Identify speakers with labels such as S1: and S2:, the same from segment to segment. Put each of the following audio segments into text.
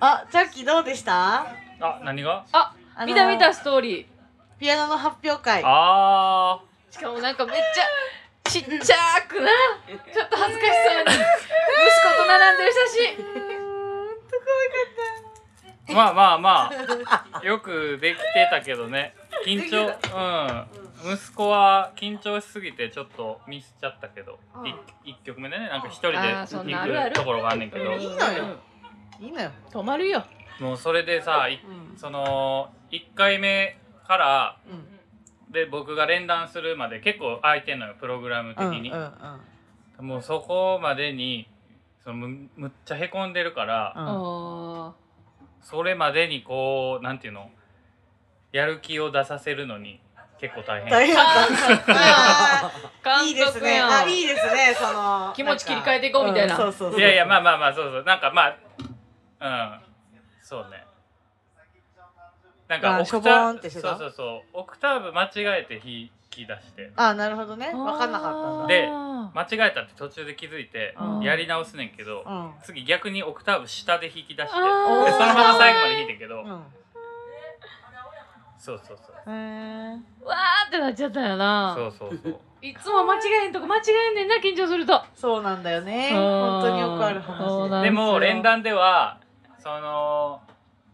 S1: あ、ジャッキーどうでした
S2: あ、何が
S3: あ
S1: あの
S3: 見た見たストーリー
S1: ピアノの発表会。
S2: あ
S3: しかもなんかめっちゃちっちゃくなちょっと恥ずかしそうに息子と並んでる写真
S2: ー。まあまあま あ。よくできてたけどね。緊張、うん。息子は緊張しすぎてちょっとミスっちゃったけど
S1: うん
S2: い一曲目でねなんか一人で
S3: あーそんなあるあ
S2: 行
S3: る
S2: くところがあんねんけど
S1: いいのよいいのよ。
S3: 止まるよ
S2: もうそれでさい
S1: うん。
S2: その1回目から
S1: うん。
S2: で僕が連弾するまで結構空いてんのよプログラム的
S1: うん。うん。
S2: に、
S1: うん。
S2: もうそこまでにそのむむっちゃへこんでるから、
S1: う
S3: うんん
S2: それまでにこうなんていうのやる気を出させるのに結構大変
S1: 大変だった。あーいい
S3: 監
S1: です
S3: 督
S1: ね。
S3: やん
S1: あ、いいですね。その。
S3: 気持ち切り替えていこうみたいな
S1: うんそうそうそう。
S2: いやいやまあまあまあそうそうなんかまあうんそうねなん
S1: ま
S2: か
S1: あ
S2: オクタ
S1: しょぼーんってして
S2: そう
S1: た
S2: そうそうオクターブ間違えて弾き出して
S1: あ、なるほどね。わかんなかったんだ。
S2: で間違えたって途中で気づいて
S3: うん
S2: やり直すねんけど、
S1: うん。
S2: 次逆にオクターブ下で弾き出してでそ
S3: あ
S1: ー
S2: のまま最後まで弾いてんけど、
S1: うん。
S2: そうそうそう
S1: へー
S3: わーってなっちゃったよな
S2: そうそうそう
S3: いつも間違えんとこ間違えんねんな緊張すると
S1: そうなんだよね。
S3: うん
S1: 本当によくある
S3: そう
S1: 話
S3: な
S1: で。
S3: ん
S2: でも
S3: そう
S2: 連弾ではその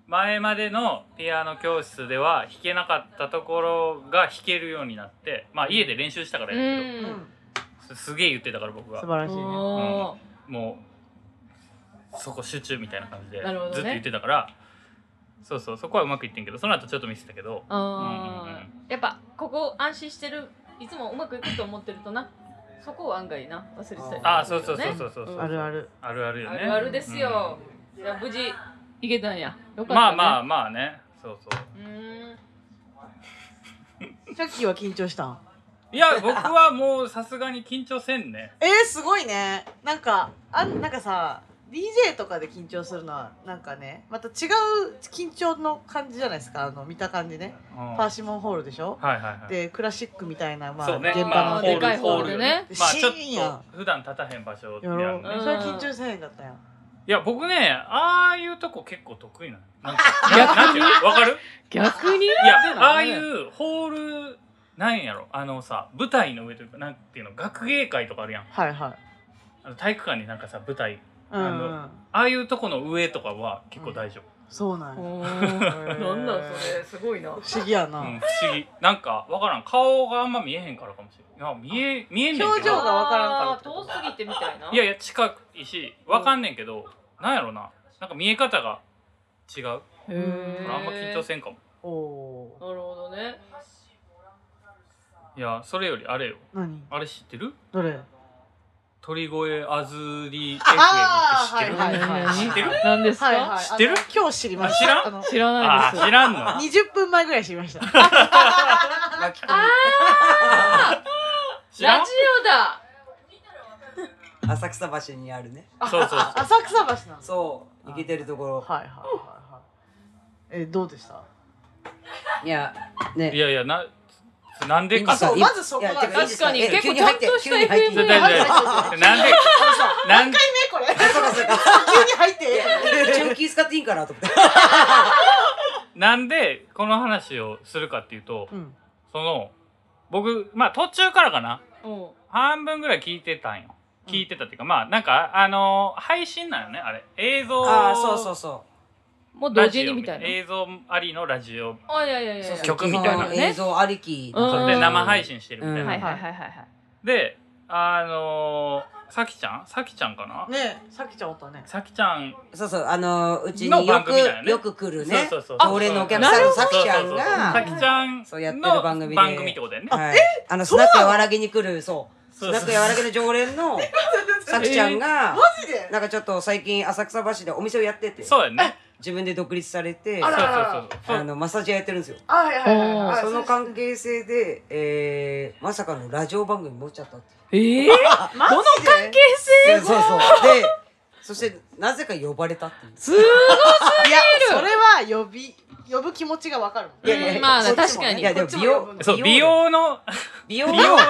S2: 前までのピアノ教室では弾けなかったところが弾けるようになってまあ家で練習したか
S3: う
S2: らやけ
S1: うんん。
S2: ど、すすげえ言ってたから僕
S1: 素
S2: が
S1: 晴らしいね。
S3: おー
S2: もうそこ集中みたいな感じで
S3: なるほどね
S2: ずっと言ってたからそうそうそこはうまくいってんけどその後ちょっと見せたけど
S3: あ
S2: うんうん
S3: ーやっぱここ安心してるいつもうまくいくと思ってるとなそこを案外な忘れてたりするよね
S2: ああそうそうそうそうそうそう、
S1: あるある。
S2: あるあるよ
S3: あ
S2: ね
S3: るあるですよ、いや無事いけたんや
S2: う
S3: よかった、
S2: ん
S3: ね、
S2: まあまあ
S3: あ
S2: まあねそうそう
S3: うーん
S1: ジャッキーは緊張したん
S2: いや僕はもうさすがに緊張せんね
S1: えー、すごいねなんかあなんかさ DJ とかで緊張するのはなんかねまた違う緊張の感じじゃないですかあの見た感じね
S2: うん
S1: パーシモンホールでしょ
S2: はいはいはい
S1: でクラシックみたいな、まあ
S2: そうね、
S1: 現場の、
S2: まあ、
S3: でかい
S2: ホール
S3: ホールでね
S2: まあ、ちょっ
S1: シーンや
S2: と普段立たへん場所で
S1: や
S2: や
S1: ろう、
S2: るね。
S1: それ緊張せへんかったやん
S2: いや、僕ね、ああいうとこ結構得意なの。なんか、いや、なんていうのわかる
S3: 逆に
S2: い
S1: なんでな
S2: や、
S1: の
S2: ああいうホール、なんやろ、あのさ、舞台の上というか、なんていうの、学芸会とかあるやん。
S1: はいはい
S2: あの体育館になんかさ、舞台。
S1: うんうん、
S2: あああいうとこの上とかは結構大丈
S1: そうなんや
S3: ーなんなんそれすごいな
S1: 不思議やな、
S2: 夫。うん、不思議。なんか、わからん。顔があんま見えへんからかもしれん。いや、見え、見えんねんけど。
S1: 表情がわからんからってこと
S3: 遠すぎてみたいない
S2: やいや近いしわかんねんけど、なんやろななんか見え方が違うか
S1: へ
S3: へー
S2: らあんま緊張せんかも
S1: おおー
S3: なるほどね
S2: いやそれよりあれよ
S1: 何
S2: あれ知ってる
S1: どれ
S2: 鳥越あずり FM
S1: あー
S2: って知ってる、
S1: はいはいはい
S2: 知ってる
S3: 何ですか、
S1: はいはい
S2: 知ってる
S1: あの今日知りまし
S2: あ知らん
S1: たあの
S3: 知らな
S2: あ
S3: いです
S2: ー知らんの
S1: 20分前ぐらい知りま した巻き込み
S2: 知ら
S3: ラ
S2: ん
S3: ジオだ
S4: 浅草橋にあるね
S2: そうそうそう
S1: 浅草橋なんです
S4: そう行けてるところ
S1: はいはいはいはい。えーどうでした？
S4: いや
S2: い
S4: ね
S2: やいやななんでか
S1: あ
S2: さ
S1: そう
S4: いい
S1: まずそこが
S4: いやてかいいです
S3: 確かに
S4: え
S3: 結
S4: 急
S3: 構
S4: に
S3: ちゃ
S4: 入
S3: ん
S4: って
S3: とし
S4: 急に
S3: た
S4: 入って
S2: ちょちょちょなんでなんで
S1: これ。急に入って。
S4: 一応気遣っていいんかなと思って
S2: なんでこの話をするかっていうと
S1: うん。
S2: その僕まあ途中からかな
S3: うん
S2: 半分ぐらい聞いてたんよ
S1: うん
S2: 聞いてたっていうか、まあなんかあの配信なのねあれ映像
S4: ああそうそうそ
S3: もう同
S2: ラ
S3: 時
S2: ジ
S3: に
S2: オ
S3: みたいな
S2: 映像ありのラジオ
S3: あいやいやいうや
S4: そうそう
S2: 曲みたいな
S4: 基本映像ありき
S3: うん
S2: それで生配信してるみたいな、
S4: うん
S3: はいはいはいはいはい
S2: であのー、さきちゃんさきちゃんかな
S1: ねえ、さきちゃんおったね。
S2: さきちゃん
S4: そうそうあのうち
S2: の
S4: によ
S2: 番
S4: く
S2: 組だよね
S4: よく来るね
S2: そうそうそう
S4: 常連のお客さんのさきちゃん
S2: さ
S4: が
S2: きちゃん
S4: そうやってる
S2: の
S4: 番組で
S2: 番組ってことだよね
S4: はいあのスナックやわらぎに来るそう
S2: そ
S4: ス
S2: う
S4: ナ
S2: そう
S4: ックやわらぎの常 連のさきちゃんが
S1: マジで。
S4: なんかちょっと最近浅草橋でお店をやってて
S2: そうやね
S4: 自分で独立されて
S1: あ
S2: そう
S1: ら
S2: そうそうそ
S4: あ
S2: う
S4: のマッサージ屋やってるんですよ
S1: あはいはいはいはい。
S4: その関係性で、えー、まさかのラジオ番組持っちゃったって
S3: え
S4: い
S3: えー、
S1: マジで。どの関係？
S4: うそうそうでそしてなぜか呼ばれたっていう
S3: すごい
S1: いや、それは呼び呼ぶ気持ちがわかるもん。
S3: いやいやまあ
S4: そっちもね
S3: 確かに
S4: いやで
S1: こ
S4: も
S1: っち
S4: 美
S1: も呼ぶの
S4: 容
S2: そう美容の
S4: 美容
S2: 美
S4: の
S2: 容の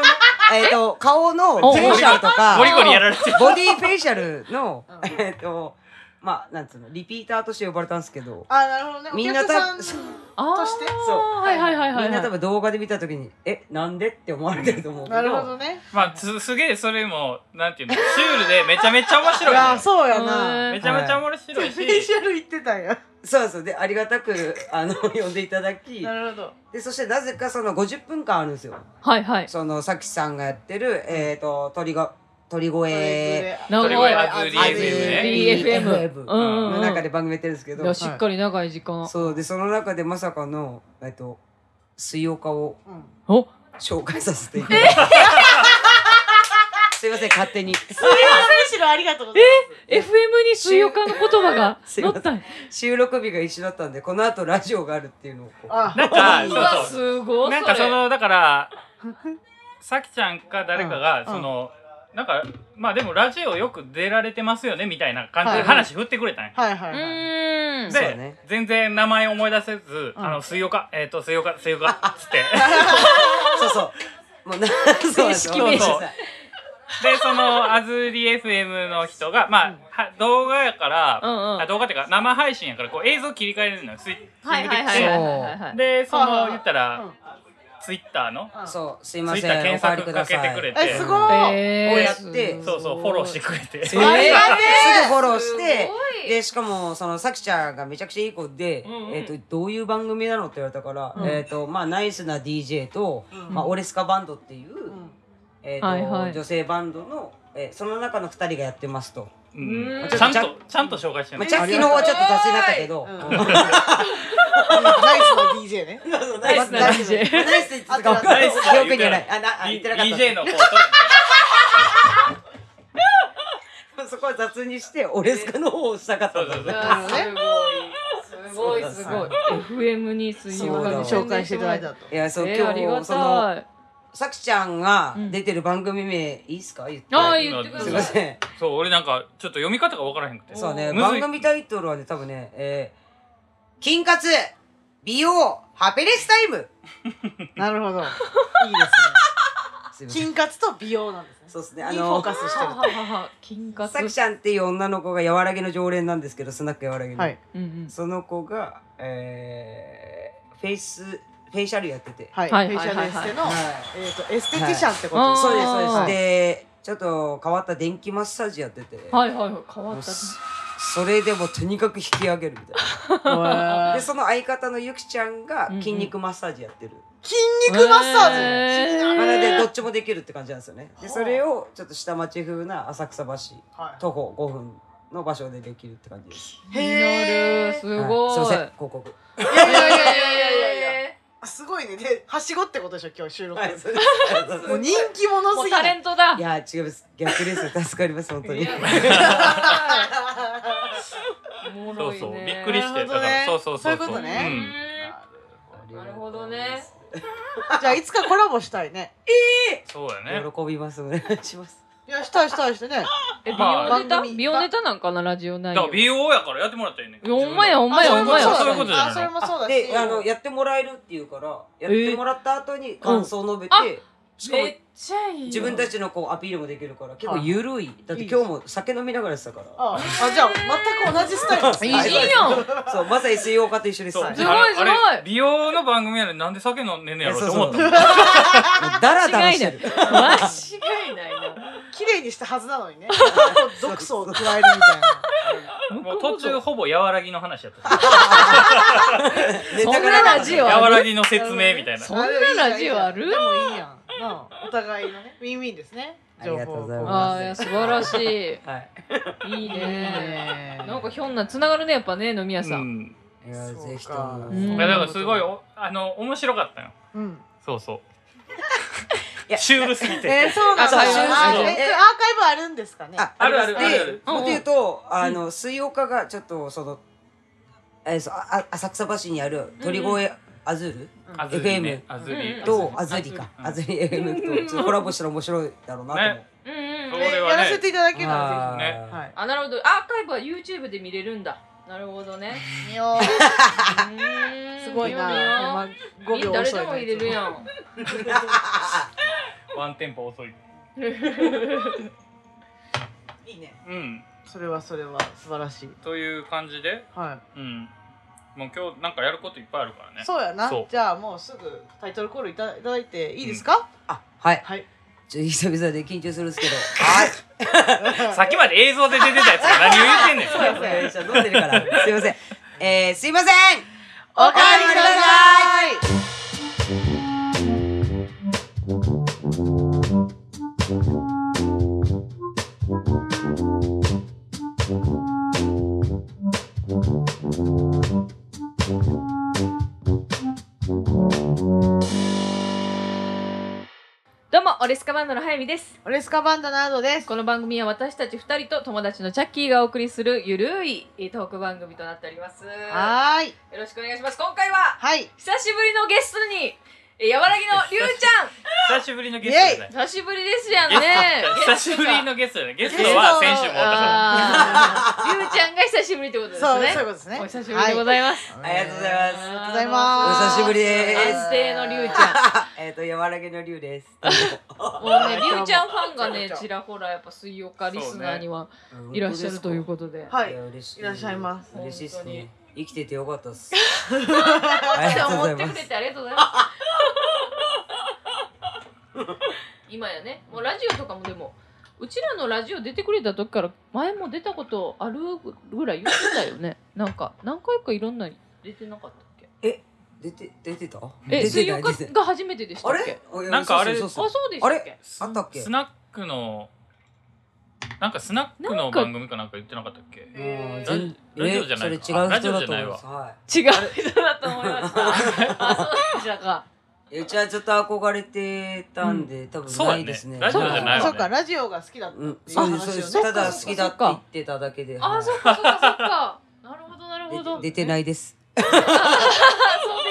S4: えっと顔の
S3: お
S4: フェイシャルと
S2: ゴリ
S4: か
S2: ゴリやられてる
S4: ボディフェイシャルの
S1: うん
S4: えっとまあなんつうのリピーターとして呼ばれたんですけど
S1: あなるほどね
S4: みんな
S1: お客さん
S4: たそう
S3: あー
S1: として
S4: そう
S3: はいはいはいはいはい
S4: みんな多分動画で見た時に「えなんで?」って思われてると思うけど
S1: なるほどね
S2: まあすすげえそれもなんていうのシュールでめちゃめちゃ面
S1: い
S2: 白い
S1: や
S2: のよ
S1: そうやな
S2: めちゃめちゃ面白い
S1: フェイ
S2: し
S1: シャル言ってたんや
S4: そうそうでありがたくあの呼んでいただき
S1: なるほど
S4: でそしてなぜかその50分間あるんですよ
S3: はいはい
S4: そのさきさんがやってるえっ、ー、と鳥が鳥越
S3: 長い
S2: それはアズリ
S4: FM ね
S3: DFM うんう
S4: の
S3: ん
S4: 中で番組やってるんですけど、
S3: いやしっかり長い時間
S4: そうでその中でまさかのえっと水曜化を
S1: うん
S3: お
S4: 紹介させていただきます。 すいません勝手に
S1: むしろありがとうございます
S3: FM に水曜館の言葉が
S4: すい
S3: 載
S4: ま
S3: っ
S4: せん
S3: た
S4: 収録日が一緒だったんでこの後ラジオがあるっていうのをこう
S1: あ
S2: なんか
S3: う
S2: そ
S3: わ
S2: うそう
S3: すごい
S2: なんかそ
S3: れ
S2: のだからさきちゃんか誰かが
S1: ん
S2: そのなんかまあでもラジオよく出られてますよねみたいな感じ
S1: は
S2: で
S1: い
S2: 話振ってくれたんや
S1: はいは
S3: う
S1: いはい
S3: ーん
S4: そう
S2: で、
S4: だね
S2: 全然名前思い出せず「
S1: うん
S2: あの水曜かえっ、と水曜か水曜か」っ つって
S4: そうそうもうなそ
S3: 正
S4: う
S3: 式名
S2: 称でそのあずり FM の人がまあ、は動画やから、
S3: うんうん
S2: あ動画っていうか生配信やからこう映像切り替えれるのよスイッチングでき
S3: はい
S2: て、
S3: はいはいはいはいはい
S2: でそ
S1: は
S2: の
S1: い
S2: 言ったら、
S1: うん
S2: ツイッターの
S1: うん
S4: そうすいません
S2: ツイッター検索
S4: お帰りください
S2: かけてくれて
S1: えすごい
S3: えー
S4: こうやって
S2: そうそうフォローしてくれて
S4: すごい
S3: ありがてえ
S4: すぐフォローして
S3: すごい
S4: でしかもそのさきちゃんがめちゃくちゃいい子で、
S2: うんうん
S4: えっとどういう番組なのって言われたから、
S1: うん
S4: えっとまあナイスな DJ と、
S1: うん
S4: まあ、オレスカバンドっていう、
S1: うん
S4: えっと
S3: はいはい
S4: 女性バンドの、えーその中の二人がやってますと、
S2: うん
S3: うん
S2: ちゃんとちゃんと紹介して
S4: ま
S2: ね
S4: あ、、着のはちょっと雑誌になったけど、
S1: う
S4: うんん
S1: ナイスの DJ ね
S4: ナイス
S3: ナイスな DJ
S4: まあナイスって言ってたか
S2: ナイス
S4: 記憶にはないあなあ言ってなかった
S2: DJ の子 と
S4: そこは雑にしてオレスカの方をしたかったんだ
S2: そう
S4: よ
S2: そう
S4: ね
S2: そ
S1: あね
S3: すごいすごいすごい FM に水曜
S4: そう
S3: 館
S4: だ
S3: の
S4: わ
S1: 紹介していただいたと
S4: いやそう、
S3: えー、
S4: 今
S3: ありが
S4: 日その
S3: たい
S4: さきちゃんが出てる番組名、いいっすか言って
S3: あー言ってくだ
S4: すい
S3: さ
S4: ま
S3: い
S4: せん
S2: そう俺なんかちょっと読み方が分からへんくて
S4: そうね
S2: むず
S4: 番
S2: い
S4: 組タイトルはね多分ねえー、金活美容ハペレスタイム
S1: なるほどいい
S4: すい
S1: で
S4: ますせ
S1: ね
S4: ん
S1: 金活と美容なんですね
S4: そうですねあ
S1: にフォー
S4: の
S1: カスしてると
S3: はははは金活
S4: さきちゃんっていう女の子が柔らげの常連なんですけどスナック柔らげの、
S1: はい
S3: うんうん
S4: その子がえー、フェイスフェイシャルやってて
S1: はい、
S3: はい
S1: フェイシャルエステの、
S4: はい
S1: えー、とエステティシャンってこと、
S3: はい
S1: です
S4: そうで
S3: あ
S4: すそ
S3: ー
S4: うです、
S1: はい
S4: でちょっと変わった電気マッサージやってて、
S3: はいはいはい変わ
S4: も
S3: っ
S4: う
S3: た
S4: そそれでもとにかく引き上げるみたいな
S1: わ
S4: で
S1: ー
S4: その相方のゆきちゃんが
S3: うんうん
S4: 筋肉マッサージやってる、
S1: 筋肉マッサージ、
S3: えー
S1: 不思議な
S4: なのでどっちもできるって感じなんですよね
S1: は
S4: で
S1: あ
S4: それをちょっと下町風な浅草橋
S1: はい
S4: 徒歩5分の場所でできるって感じです
S3: 実るすごい、
S4: はい、すいません広告
S3: いやいやいやいやいやいや
S1: あすごいねではしごってことでしょ今日収録、
S4: はいそうで
S1: もう人気者
S3: も
S1: す
S3: う
S1: ぎな
S3: タレ
S1: い
S3: ントだ
S4: すいや違います逆ですよ助かります本当に
S3: い やおも
S2: そ
S3: ろ
S2: う
S3: いね
S2: そうびっくりして
S1: なる
S2: だ
S1: ほ
S2: か
S1: どね
S2: らそうそうそう
S1: そういうこと
S3: う
S1: ね
S2: うん
S3: なるほどね
S1: じゃあいつかコラボしたいね
S2: そうやね
S4: 喜びますお願いします
S1: いやしたいしたいしてね
S3: え美
S2: まあ
S3: 容ネタ
S1: 番組
S3: 美容ネタなんかなラジオ内
S2: だから
S3: 容
S2: 美容やからやってもらったらいいねん
S3: いやほんまやほんま
S1: あ
S3: や
S1: そう
S3: ほ
S1: いうんこ
S3: ま
S1: と
S2: そ
S3: や
S2: ういうことじゃないの
S1: あそれもそうだし
S4: であのやってもらえるっていうからやってもらった後に感想を述べて、しかも
S3: めっちゃいいよ
S4: 自分たちのこうアピールもできるから結構ゆるいだって今日も酒飲みながらしたから
S1: ああじゃあ全く同じスタイルです
S3: いい
S1: ね
S4: はい
S3: いいやん
S4: そう、まさに水曜化と一緒です。
S2: そ
S4: も
S2: う
S4: う
S1: す
S4: だ
S1: ごい
S2: あれ
S3: すごい
S2: あれ美容の番組やのになんで酒飲んでんねやろって思 ったもん
S4: らだらしてる。
S3: 間違いないな
S1: 綺麗にしたはずなのにねこう毒素を加えるみたいな
S2: もう途中ほぼ和らぎの話やった
S4: ネ
S3: そん
S4: タが
S3: なラジオあ
S2: 和
S3: る
S2: らぎの説明みたいな
S3: そんなラジオある
S1: いいじゃんいいじゃんでもいいやんなあお互いのねウィンウィンですね
S4: ありがとうござい
S1: 情報交換
S3: あーいや素晴らしい
S4: はい。
S3: いいね
S1: ねえ
S3: なんかひょんなつながるねやっぱね飲み屋
S2: う
S3: さん
S2: ん
S4: いや、ぜひと
S1: そう
S4: も。
S1: か
S4: い
S2: いやだからすごいおあの面白かったよ
S1: うん
S2: そうそう
S4: や
S2: シュールすぎて
S1: えー、そうなんだ。
S4: あ
S1: あ
S4: そう
S1: ー
S4: そう
S1: えーアーカイブあるんですかね。
S4: あ、
S2: あるある
S4: で
S2: あるある
S4: もっと言うと、あの、水曜化がちょっと、その。えー、そう、あ、あ浅草橋にある鳥越アズール。
S2: アズリねアズリ
S3: うん
S4: と、アズリか、
S2: うん
S4: アズリ FM と、ちょっとコラボしたら面白いだろうなと思う。
S3: うんうん
S2: そ
S3: うん
S2: れは
S1: や
S2: ね
S1: らせていただけるなら
S4: あー
S1: ぜひ。はい。
S3: あなるほどアーカイブは YouTube で見れるんだなるほどね
S1: 見ようす
S3: す
S1: ごいな。ま五秒
S3: 誰
S1: 遅
S3: で
S1: い
S3: も
S1: の
S3: 入れるやん
S2: ワンテンポ遅い
S1: いいね。
S2: うん
S1: それはそれは素晴らしい。
S2: という感じで、
S1: は
S2: うん、もう今日なんかやることいっぱいあるから
S1: い。
S2: ね。
S1: そうやな
S2: そう。
S1: じゃあもうすぐタイトルコールいたいただいていいですか？
S4: あはい
S1: はい。
S4: ちょっと久々で緊張するんですけど
S2: さっきまで映像で出てたやつが何を言ってんねん。
S1: そう
S4: はい
S1: で
S4: 飲んでるからすいませんえー、すいません
S1: おかわりください。
S3: どうもオレスカバンドの早見です
S1: オレスカバンドなどです。
S3: この番組は私たち二人と友達のチャッキーがお送りするゆるいえートーク番組となっておりますよ
S1: はーい。
S3: ろしくお願いします今回は
S1: はい。
S3: 久しぶりのゲストにえーやわ らぎのりゅうちゃ
S2: 久しぶりのゲストだね。
S3: ん久しぶりですやんね
S2: 久しぶりのゲストだね。ゲストは先週もおったから。
S3: あ ーりゅうちゃんが久しぶりってことです
S1: そう、そういう
S3: ね
S1: ことですね。
S3: お久しぶりでございます、
S1: は
S4: ありがとうござい
S1: す。
S4: ます
S1: りがとうございます
S4: お久しぶりです
S3: 安定のり ゅうちゃん
S4: えっと柔らげの龍です
S3: もうね、りゅうちゃんファンがね、ちらほらやっぱ水曜かリスナーには
S4: うん
S3: いらっしゃるということで。
S1: はい
S4: や。嬉し
S1: いらっしゃいます
S4: 嬉しいです
S3: 本
S4: ね生きててよかったです
S3: マ
S4: あ
S3: ジ
S4: り
S3: で
S4: がとうご
S3: 思っ
S4: ざい
S3: て
S4: ま
S3: くれ
S4: す
S3: てありがとうございます。今やね、もうラジオとかもでも、うちらのラジオ出てくれた時から前も出たことあるぐらい言ってたよね。なんか何回かいろんな出てなかったっけ？
S4: 出て出てた
S3: え、
S4: 出
S3: 水
S4: てな
S3: 曜
S4: い
S3: か
S4: 出て
S3: が初めてでした
S4: あ
S3: っ
S4: れ
S3: け？
S2: なんかあれ
S4: そう
S3: あ、
S4: そう
S3: そ
S4: そうそう
S3: うでしたっけ？
S4: あったっけ
S2: スナックのなんかスナックの番組かなんか言ってなかったっけ？
S4: もう
S1: えー
S4: 全
S2: ラジオじゃないか
S4: えそれ違う人だと
S2: ラ
S4: 思
S2: ジオじゃない
S4: いま
S2: わ
S4: すはい
S3: 違う人だと思いました。 あ、そうでしたか。
S4: えうちはちょっと憧れてたんで、多分ないですね。
S2: そうだねラジ
S3: オじゃないわね
S1: そうか、ラジオが好きだった。
S4: うん、そうです、そうです。
S1: あ
S4: ただ好きだって言ってただけで。は
S3: あ、
S4: い
S3: そっかそっかそっか。なるほどなるほど。。
S4: で出てないいです。
S3: そうで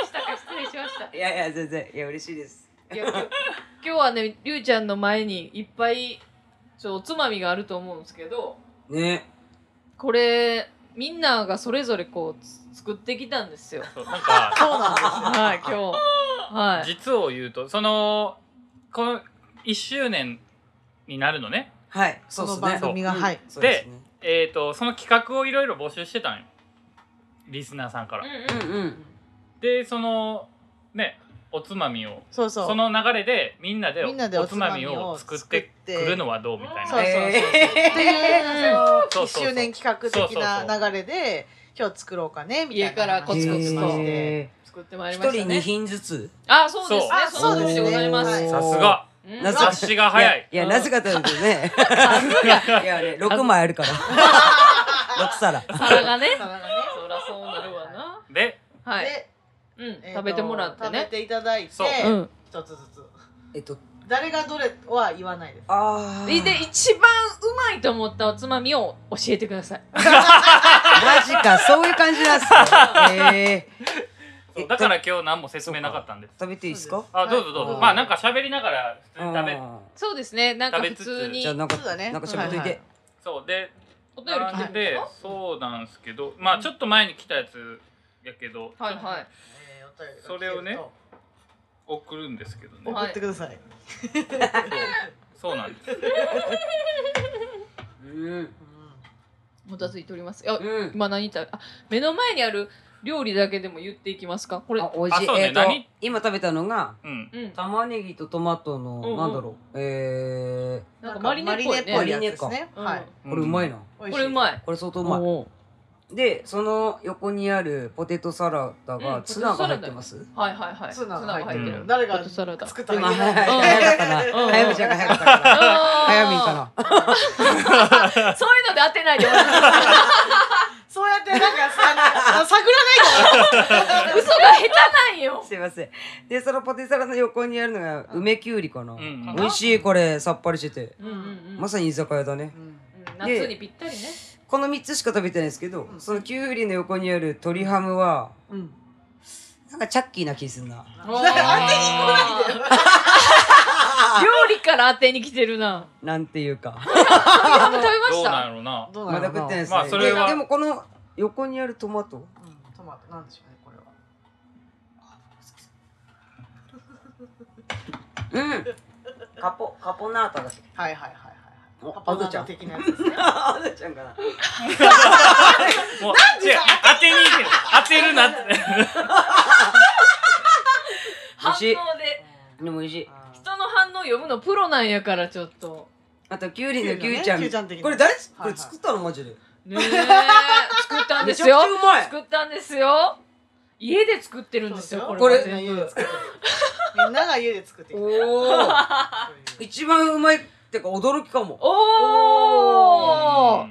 S3: したか。失礼しました。
S4: いやいや、全然、いや、嬉しいです。
S3: いや今日今日はねりゅうちゃんの前にいっぱいちょおつまみがあると思うんですけど
S4: ね。
S3: これみんながそれぞれこうつ作ってきたんですよ
S2: そうなんか
S1: そうなんですよ。
S3: はい今日はい
S2: 実を言うとそのこの1周年になるのね。
S4: はい、そう
S1: そ
S4: です
S1: の
S4: ね。
S1: 番組が、
S4: うん
S1: はい。
S4: そうですね。
S2: えー、とその企画をいろいろ募集してたんよリスナーさんから。
S3: うんうん
S4: うんうん。
S2: でそのねおつまみを
S1: そうそう。
S2: その流れでみんなで
S1: みんなで
S2: おつまみを作ってくるのはどうみたい
S3: うん
S2: な
S1: そうそう
S2: ね。
S1: そう。
S4: え
S1: っていう、そ
S2: そ
S1: の一
S2: うそうそう
S1: 周年企画的な流れで、今日作ろうかね、みたいな。
S3: 家からコ
S4: ー
S3: ツコツと
S1: して
S4: へ
S3: 作ってまい
S4: ー
S3: り
S4: 一
S3: ました
S4: 人二
S3: ね
S4: 品ずつ。
S3: あそうですね
S1: そう
S3: そうですでございま
S1: あ
S3: す
S1: そうですね
S2: さすが
S3: うん
S4: なぜ
S2: 察しが早い。
S4: いや、なぜかというとね。いや、ね、六枚あるから。六皿。
S3: 皿がね
S1: 皿がね
S3: そらそうなるわな
S2: で
S3: はい
S1: で
S3: うん
S1: えーと
S3: 食べてもらって
S1: 食べ
S3: ね
S1: ていただいて
S2: そう
S3: う
S2: べ
S3: ん
S1: 一つずつ
S4: えっと、
S1: 誰がどれは言わ ないです
S4: ああ。
S3: でで一番うまいと思ったおつまみを教えてください
S4: マジか、そういう感じなんですね。え
S2: そ
S4: ー
S2: うだから今日何も説明なかったんです。
S4: 食べていいですか。
S2: あどうぞどう
S1: は
S2: ぞ。
S1: い
S2: まあなんか喋りながら普通に食べ
S4: あ
S3: そうですねなんか
S2: 食べ
S3: 普
S2: つつ
S3: 通
S4: ー
S3: に
S4: じゃあ、なんか
S1: そうだ、ね
S4: なんか喋っとい
S1: はいはい
S4: て。
S2: そうで
S3: お便り来てるんで
S2: です
S3: か
S2: そうなんですけどまあちょっと前に来たやつやけど
S3: はいは
S1: え
S3: い。
S1: ーお便りが来てると
S2: それをね送るんですけどね。
S1: 送ってください
S2: そうそうなんです。
S4: うん。
S3: もたついております。あ、
S4: うん。
S3: 今何食べ、あ、目の前にある料理だけでも言っていきますか。これ、
S4: あ、美味しい。
S2: あそうね
S4: えーと
S2: 何
S4: 今食べたのが
S2: うん。
S3: うん、
S4: 玉ねぎとトマト
S3: うんう
S4: の
S3: ん
S4: なんだろう。え
S3: なんかマリネっぽいね。
S1: マリネっぽいやつですね
S3: う
S1: は
S3: ん
S1: い
S4: ー、これうまいな。
S1: 美味し
S3: これうまい。
S4: これ相当うま
S3: お
S4: い。で、その横にあるポテトサラダ
S3: うん
S4: がツナが入ってます。
S3: ーはいはいはい。
S1: ツナ
S3: ツ
S1: が入
S3: ナが
S1: って
S3: 入
S2: る
S3: って
S1: う
S3: る
S1: ん。誰
S3: ポ
S1: が
S3: テトサラダ。
S1: 作った
S4: 今
S1: らいけ
S4: 早か
S1: ない
S4: ったな。
S3: うん
S4: 早めちゃんが早かったから。早
S3: 早
S4: めか。な。
S3: そういうので当てないでもらって。
S1: そうやってなんかさあの探らないから
S3: 嘘が下手なんよ。
S4: すいません。で、そのポテサラの横にあるのが梅きゅうりかな。
S2: うん
S4: 美味しいこれさっぱりしてて。
S3: うんうんうん。
S4: まさに居酒屋だね。
S3: うん夏にぴったりね。
S4: この3つしか食べてないんですけど、
S1: うん
S4: そのきゅうりの横にある鶏ハムは
S1: うんうん
S4: なんかチャッキーな気すんな。
S1: 当てに来ないでよ
S3: 料理から当てに来てるな。
S4: なんていうか。
S3: ハム食べま
S2: どう
S3: し
S2: なん
S3: た。
S2: やろうな。
S1: どう
S4: ま
S1: な
S4: だ
S1: の
S4: 食ってないですね。
S2: まあそれは
S4: ででもこの横にあるトマト。
S1: うんトマトなんでしょうねこれは
S4: うん。カポカポナータだっけ。
S1: はいはいはいはいはいパパマ
S4: あずちゃ
S1: マ
S4: ん
S1: 的なやつですね。
S4: あずちゃんかな
S2: もう違う当てにいける当てるなって
S4: 美
S3: 反応
S4: 味しい
S3: で
S4: でも美味しい
S3: 人の反応読むのプロなんやからちょっと
S4: あとキュウリのキュウちゃん
S1: キュウちゃん的な
S4: これ誰こ
S1: はい
S4: れ作ったのマジで
S3: ねえ作ったんで
S4: めち
S3: す
S4: ゃくち
S3: よ
S4: ゃうまい
S3: 作ったんですよ家で作ってるんですよ
S1: そう
S3: こ
S1: そう
S3: れ
S4: これ
S3: は全部
S1: みんなが家で作ってきた。
S4: おお
S1: そういう
S4: 一番うまいってか驚きかも
S3: おお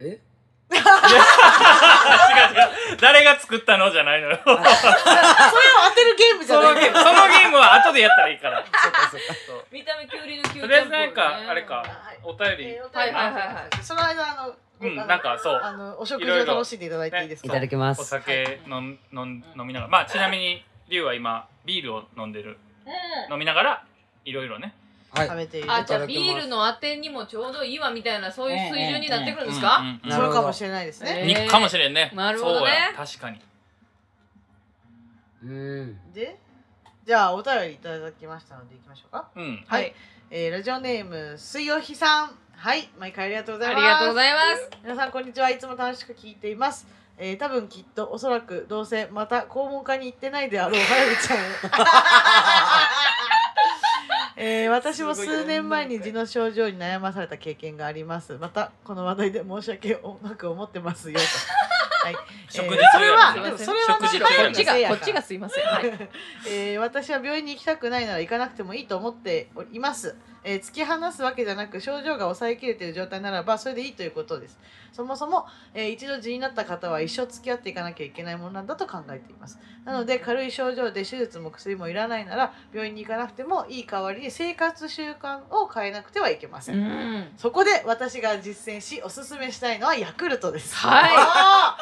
S4: え
S2: 違う違う誰が作ったのじゃないのよその
S1: それを当てるゲームじゃない
S2: ゲームそのゲームは後でやったらいいからそう
S3: 見た目キュウリのキュ
S2: と
S3: ウちゃん
S2: りあえずなんかあれか
S1: はい
S2: お便り
S1: えーお便り
S3: はいはいはいはい
S1: その間あの、
S2: うん
S1: あの
S2: なんかそう
S1: あのお食
S2: い
S1: 事
S2: ろ
S1: を
S2: いろ
S1: 楽しんでいただいていいですか。
S2: ねいただ
S4: きま
S2: お酒飲ん飲ん飲みながらまあちなみに龍は今ビールを飲んでる
S3: う
S2: 飲みながらいろいろね
S4: はい
S1: 食べている
S3: ん。あじゃ
S4: いただきま
S3: あ
S4: す
S3: ビールのあてにもちょうどいいわみたいなそういう水準になってくるんです
S2: う
S3: か
S2: んうんうん
S4: な
S1: そ
S4: るほ
S1: う
S4: ど
S1: かもしれないですね。
S3: え
S2: にかもしれんね
S3: なるほどね
S2: そうや確かに
S4: うん
S1: で、じゃあお便りいただきましたので行きましょうか。
S2: うん
S1: はいえー、ラジオネーム水曜日さん。はい、毎回ありがとうござ
S3: あ
S1: いま
S3: り
S1: す。
S3: がとうございます
S1: 皆さんこんにちは。いつも楽しく聞いています。えー、多分きっとおそらくどうせまた肛門科に行ってないであろうはやぶちゃん。えー、私も数年前に痔の症状に悩まされた経験があります。またこの話題で申し訳 なく思ってますよと。はい。
S2: 食事
S1: えーそ
S2: とい
S1: れ
S2: う
S1: は
S2: や
S3: つ
S1: で
S3: ね
S1: もそれは
S2: 食事
S1: なんか
S2: と
S3: こ
S2: いう
S1: 彼
S2: や
S3: っち
S1: の
S3: が
S1: せいやから
S3: こっちがすいませんはい
S1: えー私は病院に行きたくないなら行かなくてもいいと思っています、えー突き放すわけじゃなく症状が抑えきれている状態ならばそれでいいということですそもそも、えー一度痔になった方は一生付き合っていかなきゃいけないものなんだと考えていますなので軽い症状で手術も薬もいらないなら病院に行かなくてもいい代わりに生活習慣を変えなくてはいけません、
S3: うん
S1: そこで私が実践しおすすめしたいのはヤクルトです。
S3: はい
S1: あ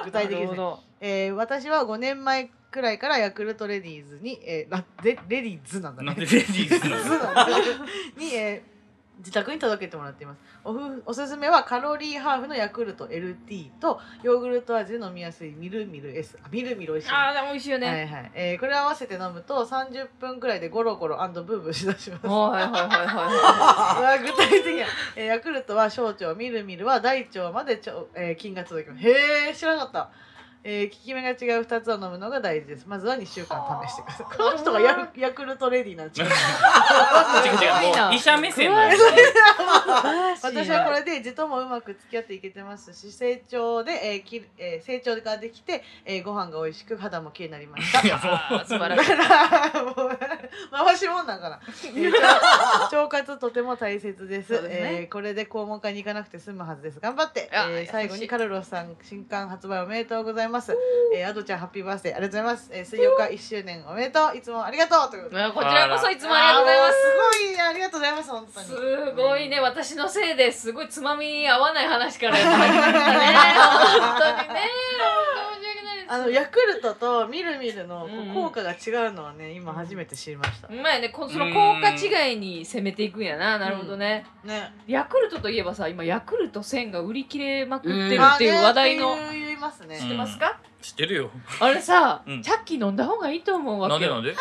S1: ー 具体的で
S3: な
S1: す
S3: るほ
S1: ね。
S3: ど
S1: えー私は5年前くらいからヤクルトレディーズに、えーラレレディーズなんだね
S2: なんでレディースなの
S1: ズなんだねに、えー自宅に届けてもらっていますおふおすすめはカロリーハーフのヤクルト LT とヨーグルト味で飲みやすいミルミル S あミルミル美味しいね
S3: あーでも美味しいよ
S1: は
S3: ね
S1: いはいえーこれを合わせて飲むと30分くらいでゴロゴロブーブーしだします
S3: はいはいはいは
S1: うわ具体的や、えーヤクルトは小腸みるみるは大腸までちょ、えー菌が届きますへえ知らなかった、えー効き目が違う2つを飲むのが大事ですまずは2週間試してくださいこの人がヤヤクルトレディなん ちゃう
S2: 違う違うもう医者目線なんや
S3: いはい
S1: 私はこれで字ともうまく付き合っていけてますし成長で、えーきえー成長ができて、えーご飯が美味しく肌も綺麗になりました
S2: いや
S3: あー素晴ら
S1: だ
S3: しい
S1: からもう回しもんなんか な腸活とても大切です
S3: そうですね
S1: えーこれで肛門科に行かなもうて済むはずです頑張って、
S3: あ
S1: えー最後
S3: 優し
S1: に
S3: い
S1: カルロスさん新刊発売おめでとうございます、えー、アドちゃんハッピーバースデーありがとうございます、えー、水曜日一周年おめでとういつもありがとうということで
S3: こちらこそいつもありがとうございま
S1: あー
S3: す
S1: すごいありがとうございます本当に
S3: すごいね私のせいですごいつまみ合わない話からやってまいりました ね本当にね本当申し訳ないです
S1: あのヤクルトとみるみるのこう
S3: うんうん
S1: 効果が違うのはね今初めて知りました、
S3: まあねこその効果違いに攻めていくんやななるほどね、
S1: ね
S3: ヤクルトといえばさ今ヤクルト1000が売り切れまくって
S4: 出
S3: るっていう話題の、
S1: あねって言いますね、
S2: う
S3: 知
S2: ん
S3: ってますか、
S2: 知ってるよ
S3: あれさ、
S2: うん
S3: チャッキー飲んだ方がいいと思う
S2: な
S3: わ
S2: んで
S3: けよ
S2: なんで